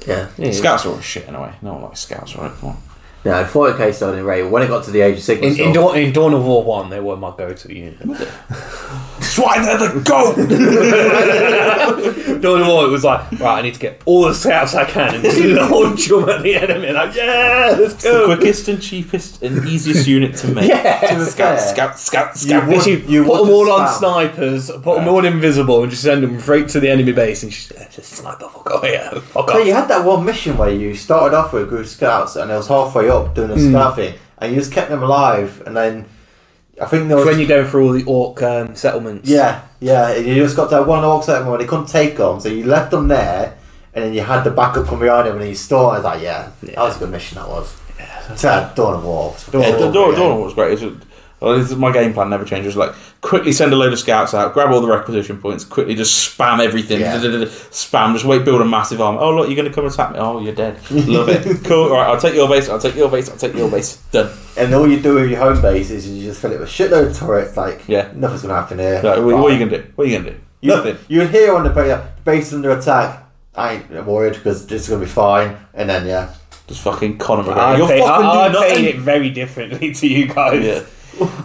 A: Yeah,
C: scouts are all shit in a way. No one likes scouts, right? Come on.
A: No, 40k started in Ray. When it got to the Age of Sigmar,
B: In, in,
A: stuff-
B: Dawn, in Dawn of War 1, they were my go to unit. That's why they're the GOAT! Dawn of War, it was like, right, I need to get all the scouts I can and do the whole jump at the enemy. Like, yeah, let's
C: the
B: go!
C: quickest and cheapest and easiest unit to make.
B: Yeah,
A: scout,
B: scout, scout,
A: scout.
B: You,
A: You- you
B: put
A: want
B: them all
A: to
B: on
A: spam.
B: snipers, put them all invisible, and just send them straight to the enemy base and just, yeah, just snipe the fuck off. Yeah, fuck
A: So you
B: off.
A: had that one mission where you started off with a group of scouts and it was halfway up doing a
B: Hmm.
A: scout thing, and you just kept them alive, and then I think there was
B: When you're going through all the orc um, settlements.
A: yeah yeah and you just got that one orc set where they couldn't take them, so you left them there, and then you had the backup come behind them, and you started I was like yeah, that was a good mission that was. Yeah, Dawn of War. Dawn
C: Yeah,
A: of War
C: Dawn, Dawn,
A: again.
C: Dawn was great. It was, well, this is my game plan never changes. Like, quickly send a load of scouts out, grab all the requisition points, quickly just spam everything.
A: Yeah.
C: Spam, just wait, build a massive army. Oh, look, you're going to come attack me. Oh, you're dead. Love it. Cool. All right, I'll take your base, I'll take your base, I'll take your base. Done.
A: And all you do with your home base is you just fill it with shitload of turrets, like,
C: Yeah.
A: nothing's going to happen here.
C: Like, what, what are
A: Right.
C: you going to do? What are you going to do?
A: You-
C: Nothing.
A: You'd hear on the base, base under attack, I ain't worried because this is going to be fine. And then, yeah.
C: Just fucking Conor
B: I
C: McGregor. You're
B: You're pay,
C: fucking
B: I, I
C: doing nothing.
B: paid it very differently to you guys.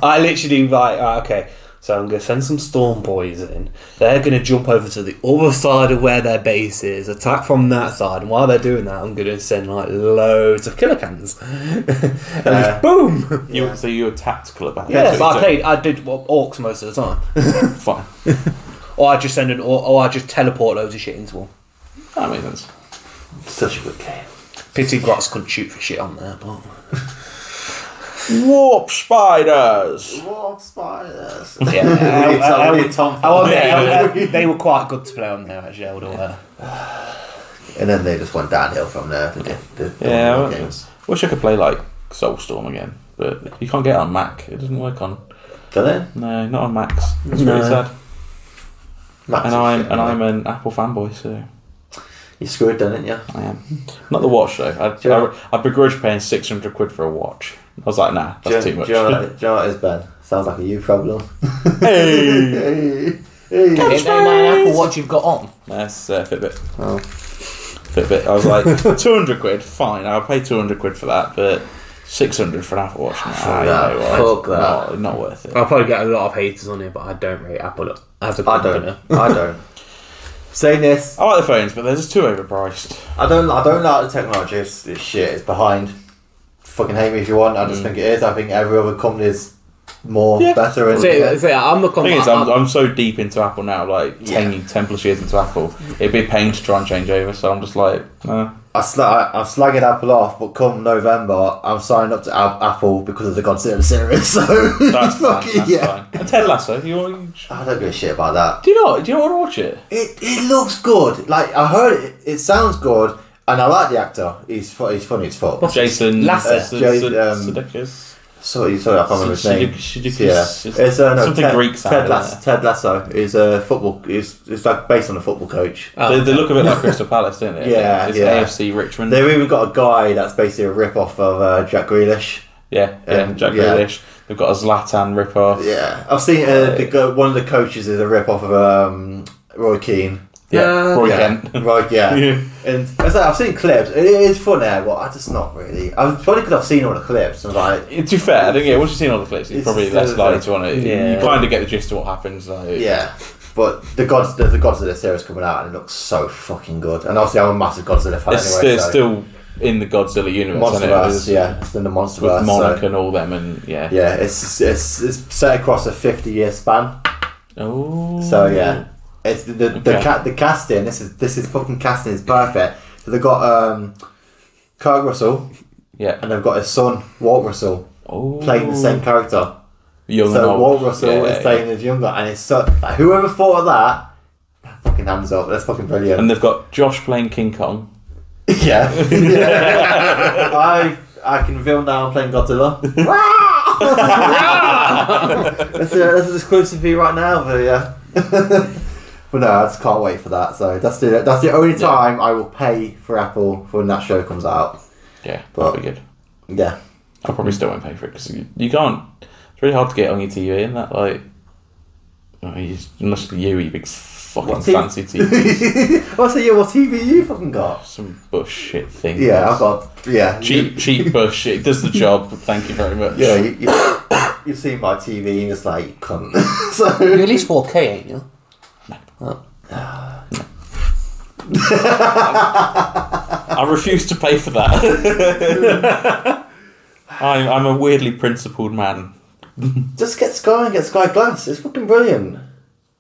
B: I literally like uh, okay. So I'm gonna send some storm boys in. They're gonna jump over to the other side of where their base is, attack from that side, and while they're doing that, I'm gonna send like loads of killer cans. and
A: Uh,
B: just boom.
C: You, So you were tactical about it.
B: Yeah,
C: So-
B: but
C: so-
B: I played. I did well, orcs most of the time,
C: Fine.
B: or I just send an orc, or I just teleport loads of shit into them.
C: That makes sense.
A: Such a good game.
B: Pity Grots couldn't shoot for shit on there, but
C: Warp spiders.
A: Warp spiders.
B: yeah,
A: I, I,
B: I, I,
A: would- Tom
B: I, will
A: Ford.
B: admit, I- I- they were quite good to play on there actually. I would uh, aware.
A: And then they just went downhill from there. The, the, the
C: Yeah,
A: Dawn
C: I
A: of War games.
C: wish I could play like Soulstorm again, but you can't get it on Mac. It doesn't work on.
A: Did they?
C: No, not on Macs. It's really sad.
A: Max
C: And
A: is
C: I'm
A: shit,
C: and
A: man.
C: I'm an Apple fanboy, so
A: You screwed, didn't you?
C: I am. Not the watch though. I,
A: Sure.
C: I, I begrudge paying six hundred quid for a watch. I was like, nah, that's
A: do,
C: too
A: you-
C: much.
A: Do you, know what, do you know what it is, Ben? Sounds like a you problem.
C: hey,
A: Hey.
F: Ain't that an Apple Watch you've got on?
C: that's uh, Fitbit.
A: Oh.
C: Fitbit. I was like, two hundred quid, fine. I'll pay two hundred quid for that, but six hundred for an Apple watch. Nah, you
A: that,
C: know what,
A: fuck that.
C: Not, not worth it.
E: I'll probably get a lot of haters on here, but I don't rate Apple as a
A: I
E: company.
A: don't. I don't. Saying this,
C: I like the phones, but they're just too overpriced.
A: I don't. I don't like the technology. It's, it's shit. It's behind. Fucking hate me if you want. I just
C: Mm.
A: think it is. I think every other company is more better and
E: Say, say, I'm a
C: The thing
E: company.
C: is, I'm, I'm so deep into Apple now, like 10, 10 plus years into Apple, it'd be a pain to try and change over. So I'm just like, nah.
A: I sla- I'm slagging Apple off, but come November, I'm signing up to Ab- Apple because of the Godzilla series. So
C: that's fine.
A: fuck it,
C: That's
A: yeah.
C: fine. And Ted Lasso, you, you
A: I don't give a shit about that.
C: do you not do you not want to watch it?
A: It it looks good. Like I heard it, it sounds good, and I like the actor. He's fu- he's funny as fuck.
C: Jason
B: Lasser.
C: S- S-
A: Jason, um,
C: Sudeikis.
A: Sorry, sorry, I can't remember his
C: Sudeikis-
A: name.
C: Sudeikis-
A: yeah, it's uh, no,
C: something
A: Ted,
C: Greek sounding,
A: Ted, Lass-
C: isn't it?
A: Ted Lasso is a football. Is it's like based on a football coach.
C: they, they look a bit like Crystal Palace, don't they?
A: Oh, Yeah,
C: it's
A: yeah.
C: AFC Richmond.
A: They've even got a guy that's basically a rip off of uh, Jack Grealish.
C: yeah, yeah.
A: um,
C: Jack
A: yeah.
C: Grealish. They've got a Zlatan ripoff.
A: Yeah, I've seen uh, the go- one of the coaches is a rip off of um, Roy Keane.
C: yeah. Roy
A: Uh, yeah.
C: Kent.
A: Right, yeah.
C: Yeah.
A: And as I I've seen clips. It is fun there, but I just not really. I was probably because I've seen all the clips and like,
C: To be fair, I think yeah. Once you've seen all the clips, you're
A: It's
C: probably
A: just
C: less
A: a-
C: likely to want to.
B: Yeah.
C: You kind of get the gist of what happens. Like,
A: yeah. But the gods, there's the Godzilla series coming out, and it looks so fucking good. And obviously, I'm a massive Godzilla fan
C: it's
A: anyway.
C: still,
A: so.
C: still in the Godzilla universe, isn't it? It's-
A: MonsterVerse, yeah, it's in the
C: with
A: MonsterVerse.
C: Monarch
A: so-
C: and all them, and yeah.
A: yeah, it's it's it's set across a fifty-year span.
C: Oh,
A: So yeah, it's the the, the,
C: Okay.
A: ca- the casting. This is this is fucking casting is perfect. So they got um, Kurt Russell
C: yeah.
A: and they've got his son Walt Russell
C: Oh,
A: playing the same character.
C: Young and
A: So
C: old.
A: Walt Russell
C: Yeah,
A: is
C: yeah.
A: playing his younger, and his son. Like, whoever thought of that, fucking hands up. That's fucking brilliant.
C: And they've got Josh playing King Kong.
A: yeah, Yeah. I I can film down playing Godzilla. that's, a, that's an exclusive view right now, but yeah. but no, I just can't wait for that. So that's the that's the only time I will pay for Apple for when that show comes out.
C: Yeah,
A: Well-
C: that'll be good.
A: Yeah,
C: I probably still won't pay for it because you, you can't. It's really hard to get it on your TV, isn't that like? I mean, you- unless you, you big fucking
A: What team?
C: fancy TV.
A: I say, yeah, what TV you fucking got?
C: Some bullshit thing.
A: Yeah, I've got. Yeah.
C: cheap, cheap bullshit. It does the job. Thank you very much.
A: Yeah, you, you, you've seen my TV and it's like, you cunt.
F: You're
A: so,
F: at least 4K, ain't you?
C: I refuse to pay for that. I'm, I'm a weirdly principled man.
A: just get Sky and get Sky Glass. It's fucking brilliant.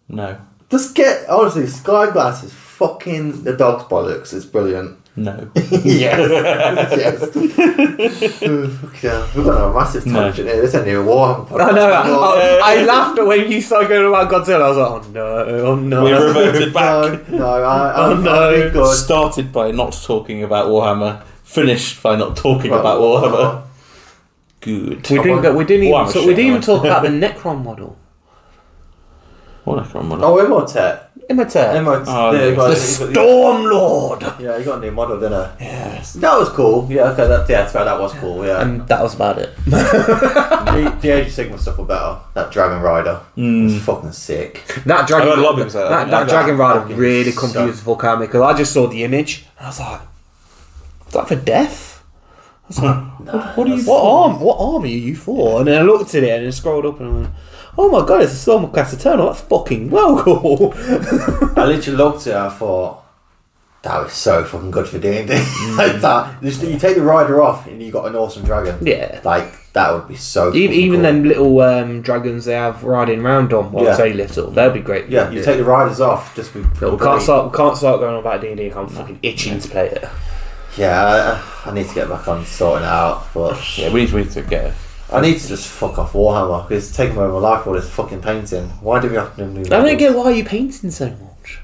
C: No,
A: Just get, honestly, Sky Glass is fucking the dog's bollocks. It's brilliant.
C: no,
A: yes. yes. Ooh, fuck yeah. We've got a massive
C: No.
A: tangent here. This ain't even a war.
E: I know. I, I, I laughed at when you started going about Godzilla. I was like, oh no, oh no.
C: we reverted back.
A: No, no, I, I,
E: Oh, no.
A: I'm good.
C: Started by not talking about Warhammer. Finished by not talking
A: Right,
C: about
A: well,
C: Warhammer. Good.
E: We didn't, go, we didn't even,
C: Wow,
E: talk, we
C: shit,
E: didn't even
C: man.
E: talk about the Necron model.
C: What I can't remember.
A: Oh, Immortet.
F: Imhotep.
A: Immortet.
C: Oh,
A: yeah, you got,
C: the
A: you got,
C: Storm Lord.
A: yeah, you got a new model, didn't I? Yes. That was cool. Yeah, okay, that, yeah, that's right, that was cool, yeah.
F: And that was about it.
A: the, the Age of Sigma stuff were better. That Dragon Rider was fucking sick.
E: That dragon,
C: I've had a lot of people say that.
E: that,
C: Like,
E: dragon rider
A: fucking
E: really
A: sucked.
E: confused the fuck out of me because I just saw the image and I was like, "Is that for death?" I was like, "What, what are you? What arm? What arm are you for?" And then I looked at it and I scrolled up and I went, "Oh my god, it's a Storm of Cast Eternal. That's fucking well cool."
A: I literally looked at it. I thought that was so fucking good for D and D.
E: Mm.
A: Like that, just, you take the rider off and you got an awesome dragon.
E: Yeah.
A: like that would be so.
E: E-
A: fucking
E: Even
A: cool.
E: them little um, dragons they have riding round on. Well,
A: Yeah.
E: I say little, that'd be great.
A: Yeah, you take the riders off. Just be
E: We can't start. We can't start going on about D and D. I'm fucking itching to play it.
A: Yeah, I, I need to get back on sorting it out, but
C: Yeah, we need, we need to get a
A: I need to just fuck off Warhammer because it's taking over my life. All this fucking painting. Why do we have to do? new
E: I don't
A: models?
E: get why you're painting so much.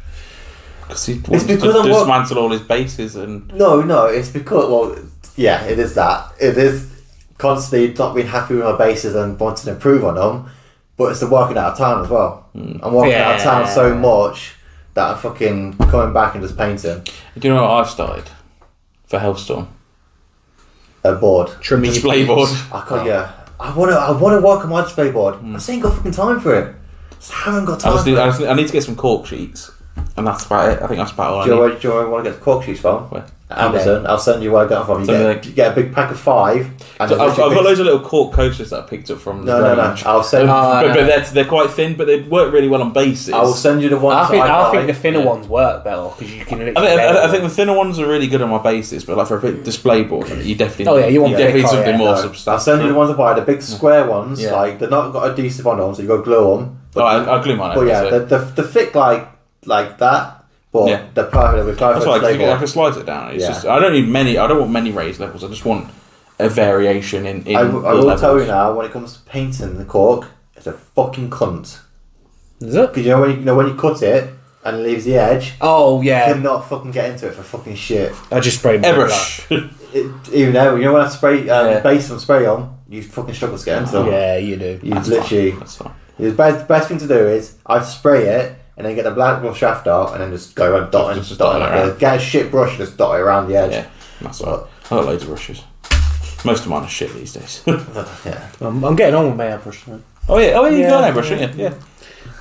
C: Because he wants to
A: because I'm what-
C: dismantle all his bases and
A: No, no, it's because well, yeah, it is that. It is constantly not being happy with my bases and wanting to improve on them, but it's the working out of town as well.
C: Hmm.
A: I'm working out of town so much that I'm fucking coming back and just painting
C: do you know what I've started for Hellstorm
A: a board.
E: Trimming your
C: display
E: paints.
C: board.
A: I can't. Yeah, I want to. I want to work on my display board.
C: Hmm.
A: I just ain't got fucking time for it. Just haven't got
C: I,
A: time.
C: just
A: for it.
C: need, I, just need, I need to get some cork sheets, and that's about it. I think that's about all
A: Do you know
C: I
A: where, do you know where I want to get the cork sheets from?
C: need.
A: Amazon. I'll send you where I got it from. You
C: Something
A: get,
C: like-
A: you get a big pack of five. And it's
C: So I've, I've
A: literally
C: got
A: big-
C: loads of little cork coasters that I picked up from
A: No,
C: the
A: no, no.
C: range. Uh,
A: I'll send.
C: but, but they're, they're quite thin, but they work really well on bases.
A: I will send you the one.
E: Ah, I think, I think
A: buy.
E: the thinner ones work better because you can.
C: I think, I, I think the thinner ones are really good on my bases, but like for a big display board, you definitely
E: Oh, yeah, you want big,
C: definitely need
E: oh,
C: something
E: yeah,
C: more
A: No, I'll
C: substantial.
A: send you the ones I buy, the
E: Mm.
A: big square ones.
C: Yeah.
A: Like they're not got adhesive on them, so you got glue on.
C: Oh, I, I'll glue mine.
A: But
C: over,
A: yeah,
C: so-
A: the, the, the thick like like that, but
C: Yeah.
A: they're perfect. We've got
C: That's
A: a
C: why I,
A: label.
C: can- I can slide it down. It's
A: Yeah.
C: just I don't need many. I don't want many raised levels. I just want a variation in. in
A: I, w- I will
C: levels.
A: tell you now, when it comes to painting the cork, it's a fucking cunt. Because you know when you, you know when you cut it and it leaves the edge,
E: Oh
A: I
E: yeah,
A: cannot fucking get into it for fucking shit.
E: I just sprayed my brush.
C: Airbrush.
A: It, even though you know when I spray um,
C: Yeah.
A: base and spray on, you fucking struggle to get into them.
E: Yeah, you do.
A: You
C: That's
A: literally.
C: fine. That's fine.
A: The best, best thing to do is I spray it and then get the black brush shaft out and then just go around dotting,
C: Just- just
A: dotting.
C: dot it
A: like a-
C: around.
A: get a shit brush and just dot it around the edge.
C: Yeah, that's all right. I got loads of brushes. Most of mine are shit these days.
A: Yeah.
E: I'm, I'm getting on with my airbrush. now.
C: Oh yeah, oh yeah, you
E: Yeah,
C: got an airbrush, didn't you? Yeah.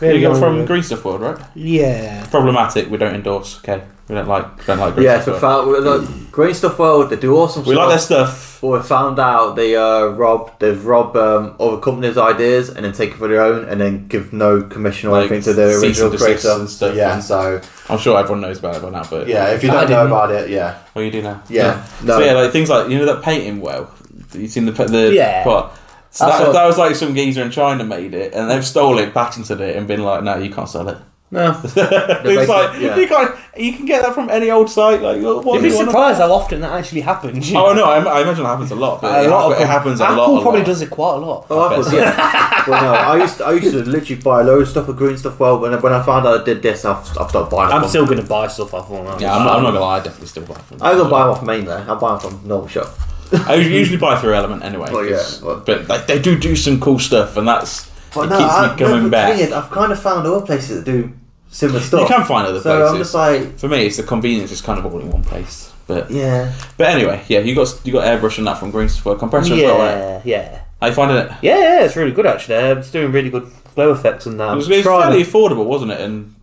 C: You got
E: on
C: from
E: with it.
C: Grease World, right?
E: Yeah.
C: Problematic. We don't endorse. Okay, we don't like don't like Grease
A: Yeah, so
C: World.
A: found, we like, Green Stuff World, they do awesome
C: we
A: stuff.
C: like their stuff.
A: But we found out they uh, rob, they've robbed um, other companies' ideas and then take it for their own and then give no commission or
C: Like,
A: anything to the
C: cease
A: original
C: and desist
A: creator.
C: and stuff.
A: Yeah, so
C: I'm sure everyone knows about it by now, but
A: yeah, if you
E: I
A: don't know
E: didn't.
A: about it, yeah,
C: well, you do now.
A: yeah,
C: So
A: no,
C: yeah, like things like you know that painting well. You seen the pa- the
E: Yeah.
C: part. So
E: That's
C: that,
E: what-
C: that was like some geezer in China made it, and they've stole it, patented it, and been like, "No, you can't sell it."
E: No.
A: basic-
C: it's like
A: yeah.
C: you can you can get that from any old site. Like, what, what
E: You'd
C: do
E: be
C: you want?
E: surprised how often that actually happens. you
C: Oh
E: know.
C: no, I, I imagine it happens a lot. But
E: A
C: it,
E: lot
C: hap-
E: of
C: it happens a
E: Apple
C: lot. a
E: probably
C: lot.
E: does it quite a lot.
A: Oh, apples, yeah. well, no, I used to, I used to literally buy loads of stuff with Green Stuff World. When I, when I found out I did this, I've, I've stopped buying.
E: I'm
A: from-
E: still gonna buy stuff off online.
C: Yeah, I'm not, I'm not gonna lie. I definitely still buy from.
A: I don't buy them off main though. I buy them from normal shop.
C: I usually usually buy through Element anyway.
A: Well, yeah,
C: 'cause-
A: well-
C: but like, they do do some cool stuff, and that's it keeps
A: I,
C: me coming
A: no, but the
C: back.
A: thing is, I've kind of found other places that do similar stuff.
C: you can find other
A: so
C: places.
A: I'm just like,
C: For me, it's the convenience. It's kind of all in one place. But
A: yeah,
C: but anyway, yeah, you got you got airbrush and that from Green for compressor as well. Right?
E: Yeah, yeah,
C: How you finding it?
E: yeah, yeah. It's really good actually. Um, It's doing really good glow effects and that.
C: It was,
E: I'm
C: it was
E: trying
C: fairly
E: it.
C: affordable, wasn't it? And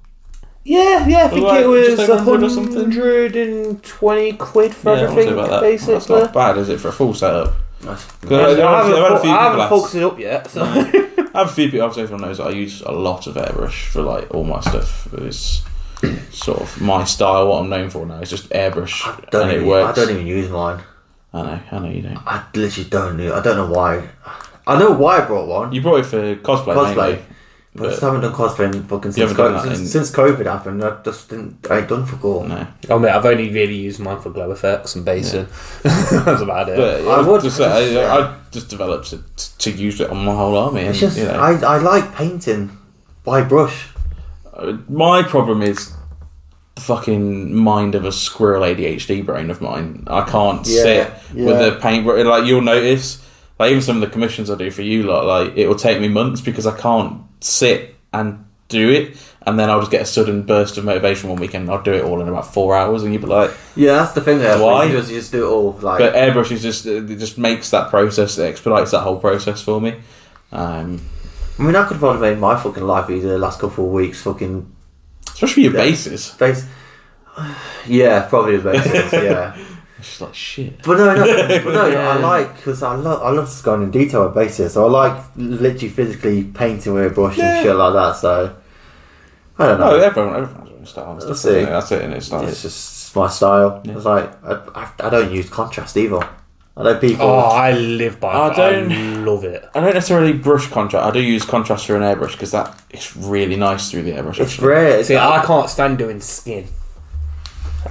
E: Yeah, yeah, I think
C: like,
E: it was
C: just over 100 or something?
E: 120 quid for
C: Yeah, I
E: everything,
C: about that. That's
E: basically.
C: not bad, is it, for a full setup?
A: Nice.
C: Because
E: I haven't,
C: I've had a
E: fu-
C: few
E: I
C: people
E: haven't
C: ask-
E: fucked it up yet, so.
C: I have a few people. Obviously, everyone knows that I use a lot of airbrush for like all my stuff. It's sort of my style, what I'm known for now. It's just airbrush,
A: Don't
C: and it
A: even,
C: works.
A: I
C: I,
A: don't even use mine.
C: know, I know you don't.
A: I literally don't know. I don't know why. I know why I brought one.
C: You brought it for cosplay,
A: Cosplay.
C: mainly.
A: but I just
C: but-
A: haven't done cosplay in fucking since
C: haven't done
A: COVID,
C: that
A: since,
C: in-
A: since COVID happened. I just didn't. I ain't done for all.
C: No,
E: Oh, mate, I've only really used mine for glow effects and basing. That's about it.
A: I
C: but I
A: would-
C: would just say I, I just developed it to use it on my whole army. And,
A: It's just
C: you know,
A: I, I like painting by brush.
C: Uh, my problem is the fucking mind of a squirrel ADHD brain of mine. I can't sit with
A: yeah.
C: a paintbrush. Like you'll notice, like even some of the commissions I do for you lot, like it will take me months because I can't sit and do it. And then I'll just get a sudden burst of motivation one weekend. and I'll do it all in about four hours, and you'd be like,
A: Yeah, that's the thing. There,
C: Why?
A: why? Because you just do it all like.
C: "But airbrush is just it just makes that process, it expedites that whole process for me." Um,
A: I mean, I could probably made my fucking life easier the last couple of weeks. Fucking
C: especially your
A: Yeah.
C: bases,
A: face. Yeah, probably the basis. yeah,
C: it's just like shit.
A: but no, no, but no. I like because I love I love just going in detail with basis. So I like literally physically painting with a brush
C: Yeah.
A: and shit like that. So I don't know.
C: No, everyone, everyone's going to start on
A: Let's
C: stuff.
A: see.
C: isn't it? That's it, and it's
E: Oh.
C: like
A: It's just my style.
C: Yeah.
A: It's like I, I, I don't use contrast either. I know people.
E: Oh, I live by
C: I
E: I that. I
C: don't-
E: love it.
C: I don't necessarily brush contrast. I do use contrast through an airbrush because that it's really nice through the airbrush.
A: it's
C: actually.
A: rare. It's
E: See, I can't stand doing skin.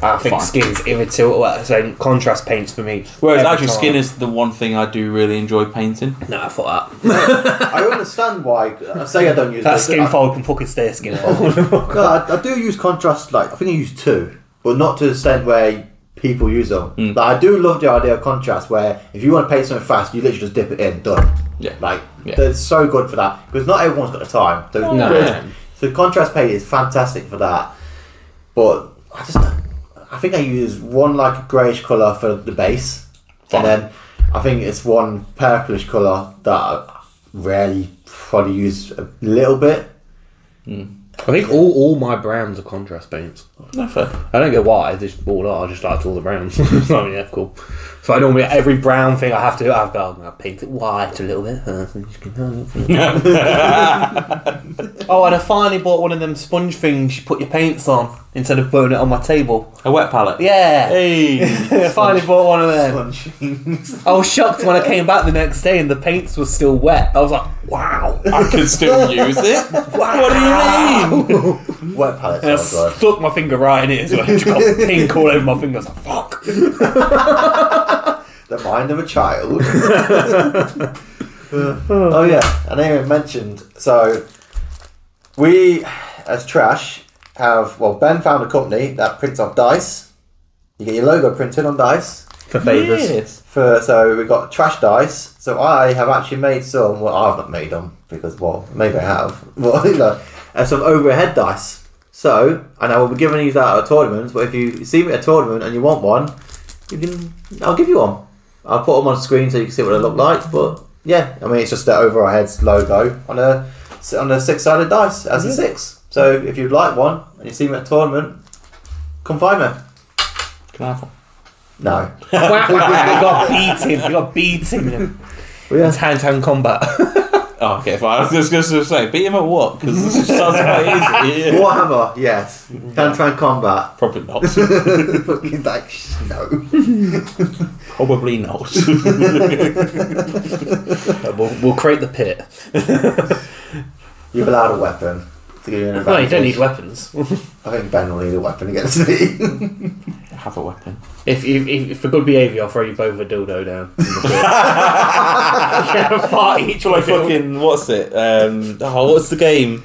E: I think
C: Fine.
E: skin's irritating. Well, so contrast paints for me.
C: Whereas
E: every
C: actually,
E: time.
C: skin is the one thing I do really enjoy painting.
E: Nah, fuck that.
A: I understand why. I say I don't use
E: That
A: I-
E: skin fold can fucking stay a skin fold.
A: No, I, I do use contrast. Like I think I use two, but not to the extent where people use them.
C: Hmm.
A: Like I do love the idea of contrast, where if you want to paint something fast, you literally just dip it in, done.
C: Yeah.
A: Like
C: Yeah.
A: they're so good for that because not everyone's got the time. So,
E: No.
C: Yeah.
A: so contrast paint is fantastic for that, but I just don't- I think I use one like greyish color for the base, and
C: Fine.
A: then I think it's one purplish color that I rarely probably use a little bit.
E: I think all, all my browns are contrast paints.
C: No fair.
E: I don't get why. They just all are. I just liked all the browns. so yeah, cool. So I normally every brown thing I have to, I've got I paint it white a little bit. oh, and I finally bought one of them sponge things you put your paints on instead of burning it on my table.
C: A wet palette.
E: Yeah.
C: Hey.
E: I finally bought one of them.
A: Sponge.
E: I was shocked when I came back the next day and the paints were still wet. I was like, wow.
C: I can still use it.
E: What do you mean?
A: Wet oh palettes
E: And I
A: are good.
E: stuck my finger right in it, so it just got pink all over my fingers. Like, fuck.
A: the mind of a child. oh yeah, I didn't even mentioned. So we, as trash, have well Ben found a company that prints off dice. You get your logo printed on dice.
E: For
C: Yes.
A: For so we got trash dice. So I have actually made some. Well, I've not made them because well, maybe I have. Well, you know, and some overhead dice. So and I will be giving these out at tournaments. But if you see me at a tournament and you want one, you can. I'll give you one. I'll put them on screen so you can see what they look like. But yeah, I mean it's just the overheads logo on a on a six sided dice as a six. So if you'd like one and you see me at a tournament, come find me.
C: Can I have one?
A: No.
E: you got beaten. You got beaten.
A: But yeah.
E: Hand to hand combat.
C: Oh, okay, fine. I was just going to say, beat him at what? Because this just sounds quite easy. Yeah.
A: Warhammer, yes. Hand to hand combat.
C: Probably not.
A: Fucking like, sh- no.
C: Probably not.
E: we'll, we'll create the pit.
A: You're allowed a weapon. To give you an
E: No, you don't
A: advantage.
E: need weapons.
A: I think Ben will need a weapon against me.
C: have a weapon.
E: If, if, if, if for good behaviour, I'll throw you both a dildo down. yeah, fart each
C: Well,
E: way.
C: I fucking what's it? Um, oh, what's the game?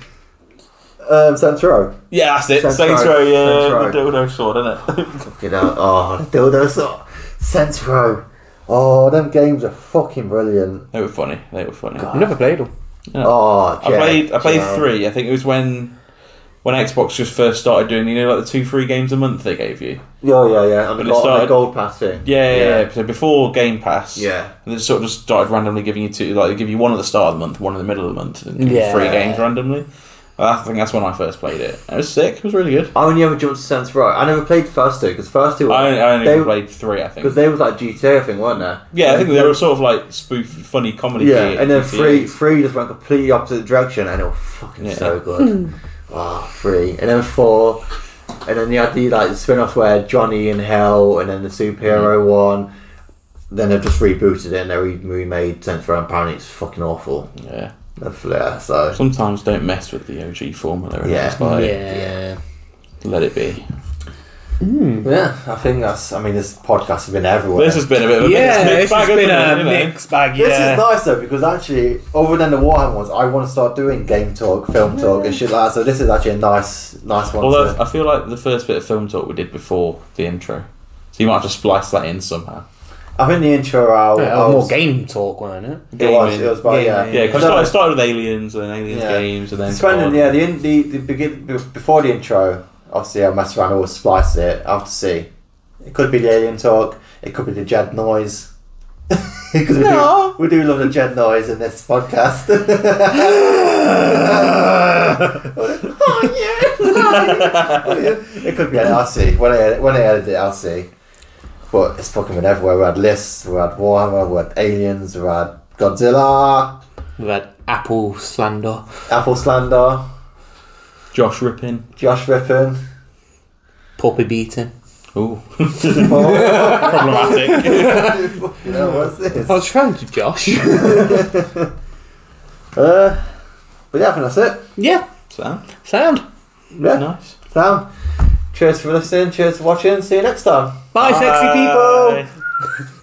A: um, Centro.
C: Yeah, that's it.
A: Saints Row.
C: Saints Row. Yeah,
A: Saints
C: the dildo sword, isn't it?
A: Fucking hell. Oh, the dildo saw. Centro. Oh, them games are fucking brilliant.
C: they were funny. They were funny.
E: You never played them.
A: Oh,
C: I
A: Jack,
C: played. I played
A: Jack.
C: three. I think it was when when Xbox just first started doing, you know, like the two free games a month they gave you.
A: Oh, yeah, yeah. And
C: But
A: the,
C: it
A: gold-
C: started-
A: the gold pass thing.
C: Yeah, yeah. yeah. So before Game Pass,
A: Yeah.
C: and they sort of just started randomly giving you two, like they give you one at the start of the month, one in the middle of the month, and give you
E: Yeah.
C: three games randomly. I think that's when I first played it. It was sick. It was really good.
A: I only ever jumped to Saints Row. I never played first two because first two
C: I only, I only
A: they,
C: played three, I think.
A: because they was like GTA I think, weren't they?
C: yeah, I think they were sort of like spoofed, funny comedy.
A: Yeah,
C: GTA.
A: and then three three just went completely opposite direction, and it was fucking
C: Yeah.
A: so good. wow, three, and then four, and then you had the like spin-off where Johnny in Hell, and then the superhero one. Then they've just rebooted it and they re- remade Saints Row, and apparently it's fucking awful.
C: Yeah.
A: The flair, so
C: Sometimes don't mess with the OG formula. and
A: Yeah.
C: Just like,
E: Yeah.
C: Let it be.
A: yeah, I think that's. I mean, this podcast has been everywhere.
C: This has been a bit of a
B: Yeah,
C: mixed
B: it's
C: bag,
B: just been
C: hasn't
B: a
C: it, you know?
B: mixed bag. Yeah.
A: This is nice though because actually, other than the Warhammer ones, I want to start doing game talk, film talk, and shit like that. So this is actually a nice, nice one.
C: Although
A: to,
C: I feel like the first bit of film talk we did before the intro, so you might have to splice that in somehow.
A: I think the intro out.
B: Yeah,
A: out-
B: more game talk, weren't it?
A: It was.
C: gaming.
A: It was about yeah.
B: Yeah,
C: Yeah, because
A: Although-
C: it started with aliens and then aliens
A: Yeah.
C: games and then
A: Spending, yeah, the, in, the, the begin, be- before the intro, obviously I mess around, I will splice it, I'll have to see. It could be the alien talk, it could be the Jed noise. Because
C: No.
A: we, do, we do love the Jed noise in this podcast. oh, yeah. it could be, I'll see. When I, edit- when I edit it, I'll see. But it's fucking been everywhere. We had lists, we had Warhammer, we had aliens, we had Godzilla,
E: We've had Apple slander.
A: Apple slander,
C: Josh Rippin.
A: Josh Rippon.
E: Puppy beating.
C: Ooh,
A: Oh,
C: problematic.
A: you know, what's this?
E: I was trying to Josh.
A: Uh, but yeah, I think that's it.
E: yeah.
C: so
E: Sound.
A: Yeah.
C: nice.
A: So, cheers for listening, cheers for watching, see you next time.
E: Bye, sexy people.
C: Bye.